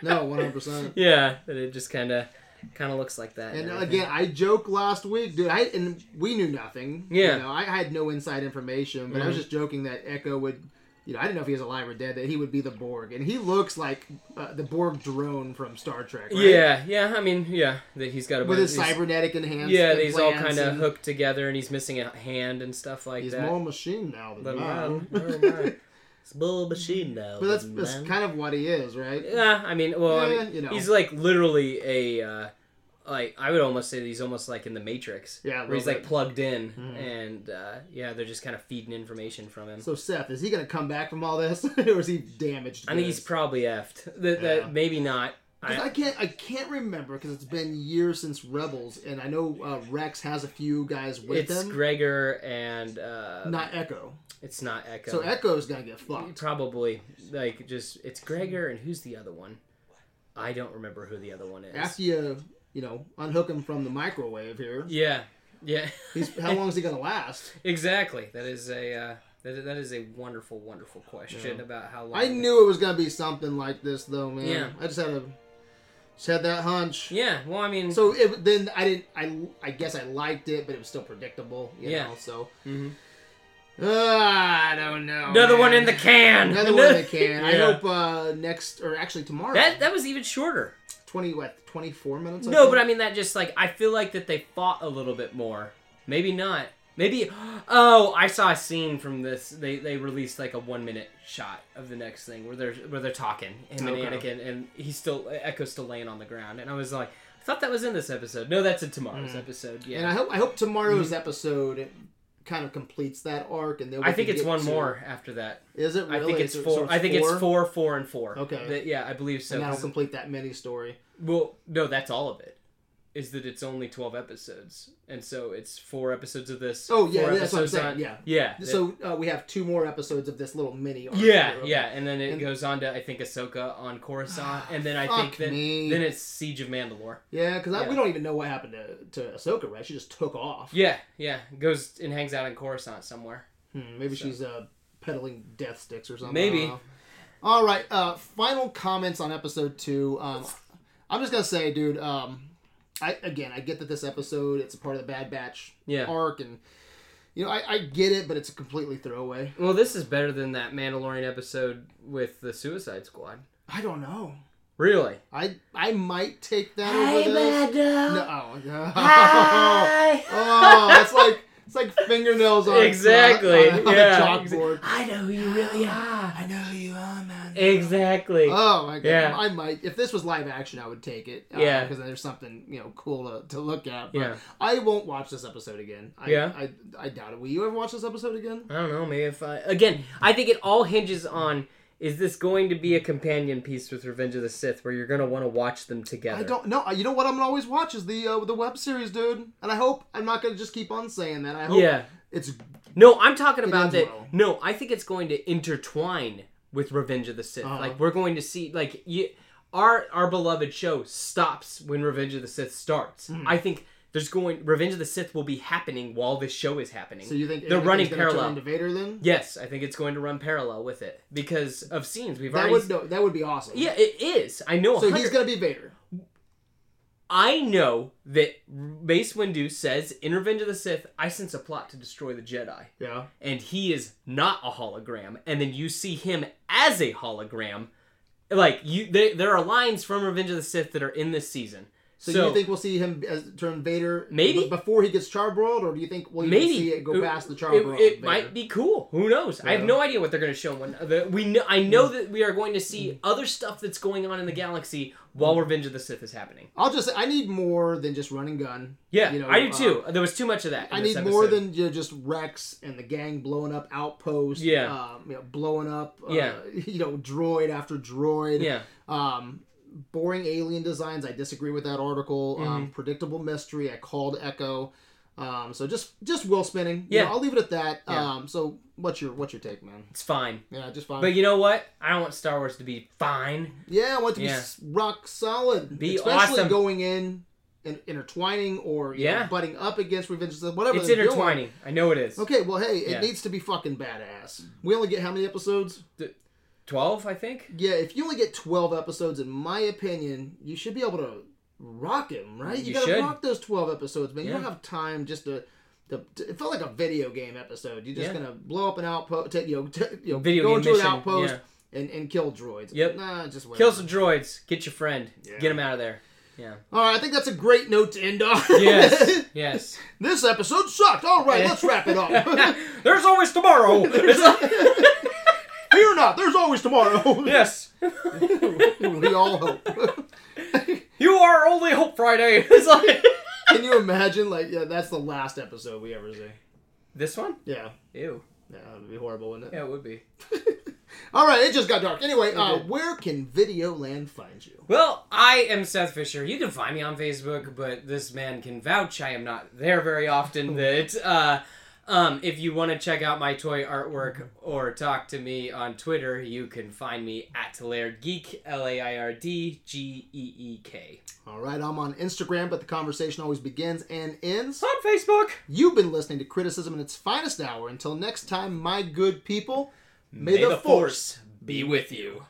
Speaker 1: no, one hundred percent.
Speaker 2: yeah, but it just kind of kind of looks like that.
Speaker 1: And
Speaker 2: everything.
Speaker 1: again, I joked last week, dude. I and we knew nothing.
Speaker 2: Yeah. Mm-hmm.
Speaker 1: you know, I had no inside information, but I was just joking that Echo would. You know, I didn't know if he was alive or dead. That he would be the Borg, and he looks like uh, the Borg drone from Star Trek. Right?
Speaker 2: yeah, yeah. I mean, yeah, that he's got a
Speaker 1: with
Speaker 2: bunch-
Speaker 1: his
Speaker 2: he's-
Speaker 1: cybernetic enhancement.
Speaker 2: Yeah, these all
Speaker 1: plants
Speaker 2: kind of
Speaker 1: and-
Speaker 2: hooked together, and he's missing a hand and stuff like
Speaker 1: He's
Speaker 2: that.
Speaker 1: more machine now than
Speaker 2: But
Speaker 1: man.
Speaker 2: man, oh man. It's bull machine now.
Speaker 1: But that's,
Speaker 2: but
Speaker 1: that's
Speaker 2: man.
Speaker 1: kind of what he is, right?
Speaker 2: Yeah, I mean, well, I
Speaker 1: Yeah,
Speaker 2: mean,
Speaker 1: you know.
Speaker 2: he's like literally a, uh, like I would almost say that he's almost like in the Matrix.
Speaker 1: Yeah, a
Speaker 2: where he's
Speaker 1: little
Speaker 2: like
Speaker 1: bit. Mm-hmm.
Speaker 2: plugged in, and uh, yeah, they're just kind of feeding information from him.
Speaker 1: So Seth, is he gonna come back from all this, or is he damaged?
Speaker 2: I think
Speaker 1: goods?
Speaker 2: he's probably effed. That,
Speaker 1: Yeah.
Speaker 2: that maybe not.
Speaker 1: 'Cause
Speaker 2: I,
Speaker 1: I can't I can't remember because it's been years since Rebels, and I know uh, Rex has a few guys with
Speaker 2: it's
Speaker 1: him,
Speaker 2: Gregor and uh,
Speaker 1: not Echo.
Speaker 2: it's not Echo.
Speaker 1: So Echo's gonna get fucked.
Speaker 2: Probably like just it's Gregor and who's the other one? I don't remember who the other one is.
Speaker 1: After you you know unhook him from the microwave here,
Speaker 2: yeah, yeah,
Speaker 1: he's how long is he gonna last?
Speaker 2: exactly. That is a uh, that, that is a wonderful, wonderful question about how long.
Speaker 1: I knew it was gonna be something like this though, man.
Speaker 2: Yeah.
Speaker 1: I just had a just had that hunch.
Speaker 2: Yeah, well, I mean,
Speaker 1: So it, then I didn't. I I guess I liked it, but it was still predictable. You
Speaker 2: Yeah.
Speaker 1: Know, so
Speaker 2: Mhm.
Speaker 1: Uh, I don't know.
Speaker 2: another
Speaker 1: man.
Speaker 2: one in the can.
Speaker 1: Another one in the can. I
Speaker 2: Yeah.
Speaker 1: hope uh, next or actually tomorrow.
Speaker 2: that that was even shorter.
Speaker 1: twenty what twenty four minutes.
Speaker 2: No, but I mean that just like I feel like that they fought a little bit more. Maybe not. Maybe oh, I saw a scene from this. They they released like a one minute shot of the next thing where they're where they're talking him and
Speaker 1: Okay.
Speaker 2: Anakin and he's still Echo's still laying on the ground and I was like I thought that was in this episode. No, that's in tomorrow's episode.
Speaker 1: Mm. and I
Speaker 2: Yeah,
Speaker 1: hope I hope tomorrow's episode kind of completes that arc, and then we
Speaker 2: Mm-hmm. I, think
Speaker 1: can
Speaker 2: it's
Speaker 1: get
Speaker 2: one
Speaker 1: to-
Speaker 2: more after that.
Speaker 1: Is it?
Speaker 2: I
Speaker 1: Really?
Speaker 2: think it's
Speaker 1: So-
Speaker 2: four.
Speaker 1: so
Speaker 2: I think it's four, four, and four.
Speaker 1: Okay.
Speaker 2: That- yeah, I believe so.
Speaker 1: And that'll
Speaker 2: 'cause-
Speaker 1: complete that mini story.
Speaker 2: Well, no, that's all of it. Is that it's only twelve episodes, and so it's four episodes of this.
Speaker 1: Oh, yeah,
Speaker 2: four
Speaker 1: that's what I'm
Speaker 2: episodes
Speaker 1: saying,
Speaker 2: on-
Speaker 1: yeah.
Speaker 2: yeah. that-
Speaker 1: So uh, we have two more episodes of this little mini. Arc
Speaker 2: yeah,
Speaker 1: here, okay.
Speaker 2: yeah, and then it
Speaker 1: And- Ah,
Speaker 2: goes on to I think Ahsoka on Coruscant, and then I
Speaker 1: Fuck
Speaker 2: think then
Speaker 1: me.
Speaker 2: then it's Siege of Mandalore.
Speaker 1: yeah, because
Speaker 2: Yeah.
Speaker 1: we don't even know what happened to to Ahsoka, right? She just took off.
Speaker 2: Yeah, yeah, goes and hangs out in Coruscant somewhere.
Speaker 1: Hmm, maybe she's uh, peddling death sticks or something.
Speaker 2: Maybe.
Speaker 1: I don't know. All right. Uh, final comments on episode two. Um, I'm just gonna say, dude. Um, I again, I get that this episode it's a part of the Bad Batch
Speaker 2: Yeah.
Speaker 1: arc, and you know, I, I get it, but it's a completely throwaway.
Speaker 2: Well, this is better than that Mandalorian episode with the Suicide Squad.
Speaker 1: I don't know.
Speaker 2: Really?
Speaker 1: I I might take that over this. No. Oh, no. oh, that's like it's like fingernails on uh,
Speaker 2: Exactly.
Speaker 1: on, on a
Speaker 2: yeah.
Speaker 1: chalkboard. Ah,
Speaker 2: I know who you really are.
Speaker 1: I know who you are, man.
Speaker 2: Exactly.
Speaker 1: Oh my god!
Speaker 2: Yeah.
Speaker 1: I might. If this was live action, I would take it. uh,
Speaker 2: Yeah.
Speaker 1: because there's something you know cool to, to look at. But
Speaker 2: Yeah.
Speaker 1: I won't watch this episode again. I,
Speaker 2: Yeah.
Speaker 1: I, I doubt it. Will you ever watch this episode again?
Speaker 2: I don't know. Maybe if I again, I think it all hinges on is this going to be a companion piece with Revenge of the Sith where you're going to want to watch them together.
Speaker 1: I don't know. You know what I'm gonna always watch is the uh, the web series, dude. And I hope I'm not gonna just keep on saying that. I hope
Speaker 2: Yeah.
Speaker 1: it's
Speaker 2: No, I'm talking
Speaker 1: ends
Speaker 2: about that.
Speaker 1: well.
Speaker 2: No, I think it's going to intertwine with Revenge of the Sith.
Speaker 1: Uh-huh.
Speaker 2: Like we're going to see like you, our our beloved show stops when Revenge of the Sith starts.
Speaker 1: Hmm.
Speaker 2: I think there's going Revenge of the Sith will be happening while this show is happening.
Speaker 1: so you think
Speaker 2: they're
Speaker 1: Anakin's
Speaker 2: running
Speaker 1: gonna turn
Speaker 2: parallel.
Speaker 1: into Vader then?
Speaker 2: Yes, I think it's going to run parallel with it because of scenes we've
Speaker 1: That
Speaker 2: already.
Speaker 1: would no, that would be awesome.
Speaker 2: yeah, it is. I know.
Speaker 1: So
Speaker 2: 100
Speaker 1: he's gonna be Vader.
Speaker 2: I know that Mace Windu says in Revenge of the Sith, I sense a plot to destroy the Jedi.
Speaker 1: Yeah.
Speaker 2: And he is not a hologram. And then you see him as a hologram. Like you, they, there are lines from Revenge of the Sith that are in this season.
Speaker 1: So,
Speaker 2: So-
Speaker 1: you think we'll see him as turn Vader
Speaker 2: Maybe.
Speaker 1: b- before he gets charbroiled, or do you think we'll even
Speaker 2: Maybe
Speaker 1: see it go past the
Speaker 2: It,
Speaker 1: charbroiled?
Speaker 2: it
Speaker 1: Vader?
Speaker 2: might be cool. Who knows? I have
Speaker 1: Yeah. Mm.
Speaker 2: no idea what they're going to show. When the, we know, I know that we are going to see other stuff that's going on in the galaxy while
Speaker 1: Mm.
Speaker 2: Revenge of the Sith is happening.
Speaker 1: I'll just. I need more than just run and gun.
Speaker 2: Yeah,
Speaker 1: You know,
Speaker 2: I do
Speaker 1: uh,
Speaker 2: too. there was too much of that. in
Speaker 1: I
Speaker 2: this
Speaker 1: need more
Speaker 2: episode.
Speaker 1: than you know, just Rex and the gang blowing up outposts.
Speaker 2: Yeah.
Speaker 1: Um, you know, blowing up. Uh,
Speaker 2: Yeah.
Speaker 1: You know, droid after droid.
Speaker 2: yeah.
Speaker 1: Um, boring alien designs. I disagree with that article. Um,
Speaker 2: Mm-hmm.
Speaker 1: predictable mystery. I called Echo. Um, so just just will spinning. You
Speaker 2: Yeah.
Speaker 1: know, I'll leave it at that.
Speaker 2: Yeah.
Speaker 1: Um, so what's your what's your take, man?
Speaker 2: It's fine.
Speaker 1: Yeah, just fine.
Speaker 2: But you know what? I don't want Star Wars to be fine.
Speaker 1: yeah, I want it to be
Speaker 2: Yeah.
Speaker 1: s rock solid,
Speaker 2: Be
Speaker 1: especially
Speaker 2: awesome.
Speaker 1: going in and intertwining or you know,
Speaker 2: Yeah.
Speaker 1: butting up against Revenge of the Sith, whatever.
Speaker 2: it's
Speaker 1: they're doing.
Speaker 2: intertwining. I know it is.
Speaker 1: Okay, well, hey, it
Speaker 2: Yeah.
Speaker 1: needs to be fucking badass. We only get how many episodes?
Speaker 2: Twelve, I think.
Speaker 1: Yeah, if you only get 12 episodes, in my opinion, you should be able to rock him, right? You,
Speaker 2: You
Speaker 1: gotta
Speaker 2: should.
Speaker 1: rock those 12 episodes, man. You don't
Speaker 2: Yeah.
Speaker 1: have time just to. to- to- It felt like a video game episode. You're just
Speaker 2: Yeah.
Speaker 1: gonna blow up an outpost, take you know, t- you know
Speaker 2: Video
Speaker 1: go
Speaker 2: game
Speaker 1: into
Speaker 2: mission,
Speaker 1: an outpost and, and kill droids.
Speaker 2: Yep.
Speaker 1: Nah, just wait.
Speaker 2: Kill some droids. Get your friend.
Speaker 1: Yeah.
Speaker 2: Get him out of there. Yeah.
Speaker 1: All right, I think that's a great note to end on.
Speaker 2: Yes. yes.
Speaker 1: this episode sucked. All right, let's wrap it up.
Speaker 2: There's always tomorrow. It's like-
Speaker 1: Fear not, there's always tomorrow.
Speaker 2: yes.
Speaker 1: we all hope.
Speaker 2: You are only Hope Friday. It's like
Speaker 1: Can you imagine? Like, yeah, that's the last episode we ever see.
Speaker 2: this one.
Speaker 1: Yeah.
Speaker 2: Ew.
Speaker 1: Yeah, that would be horrible, wouldn't it?
Speaker 2: Yeah, it would be.
Speaker 1: All right, it just got dark. Anyway, uh,
Speaker 2: did.
Speaker 1: where can Videoland find you?
Speaker 2: Well, I am Seth Fisher. You can find me on Facebook, but this man can vouch I am not there very often. That uh, um, if you want to check out my toy artwork or talk to me on Twitter, you can find me at Laird Geek L A I R D G E E K
Speaker 1: All right, I'm on Instagram, but the conversation always begins and ends.
Speaker 2: on Facebook.
Speaker 1: You've been listening to Criticism in its finest hour. Until next time, my good people, may,
Speaker 2: May the force be with you.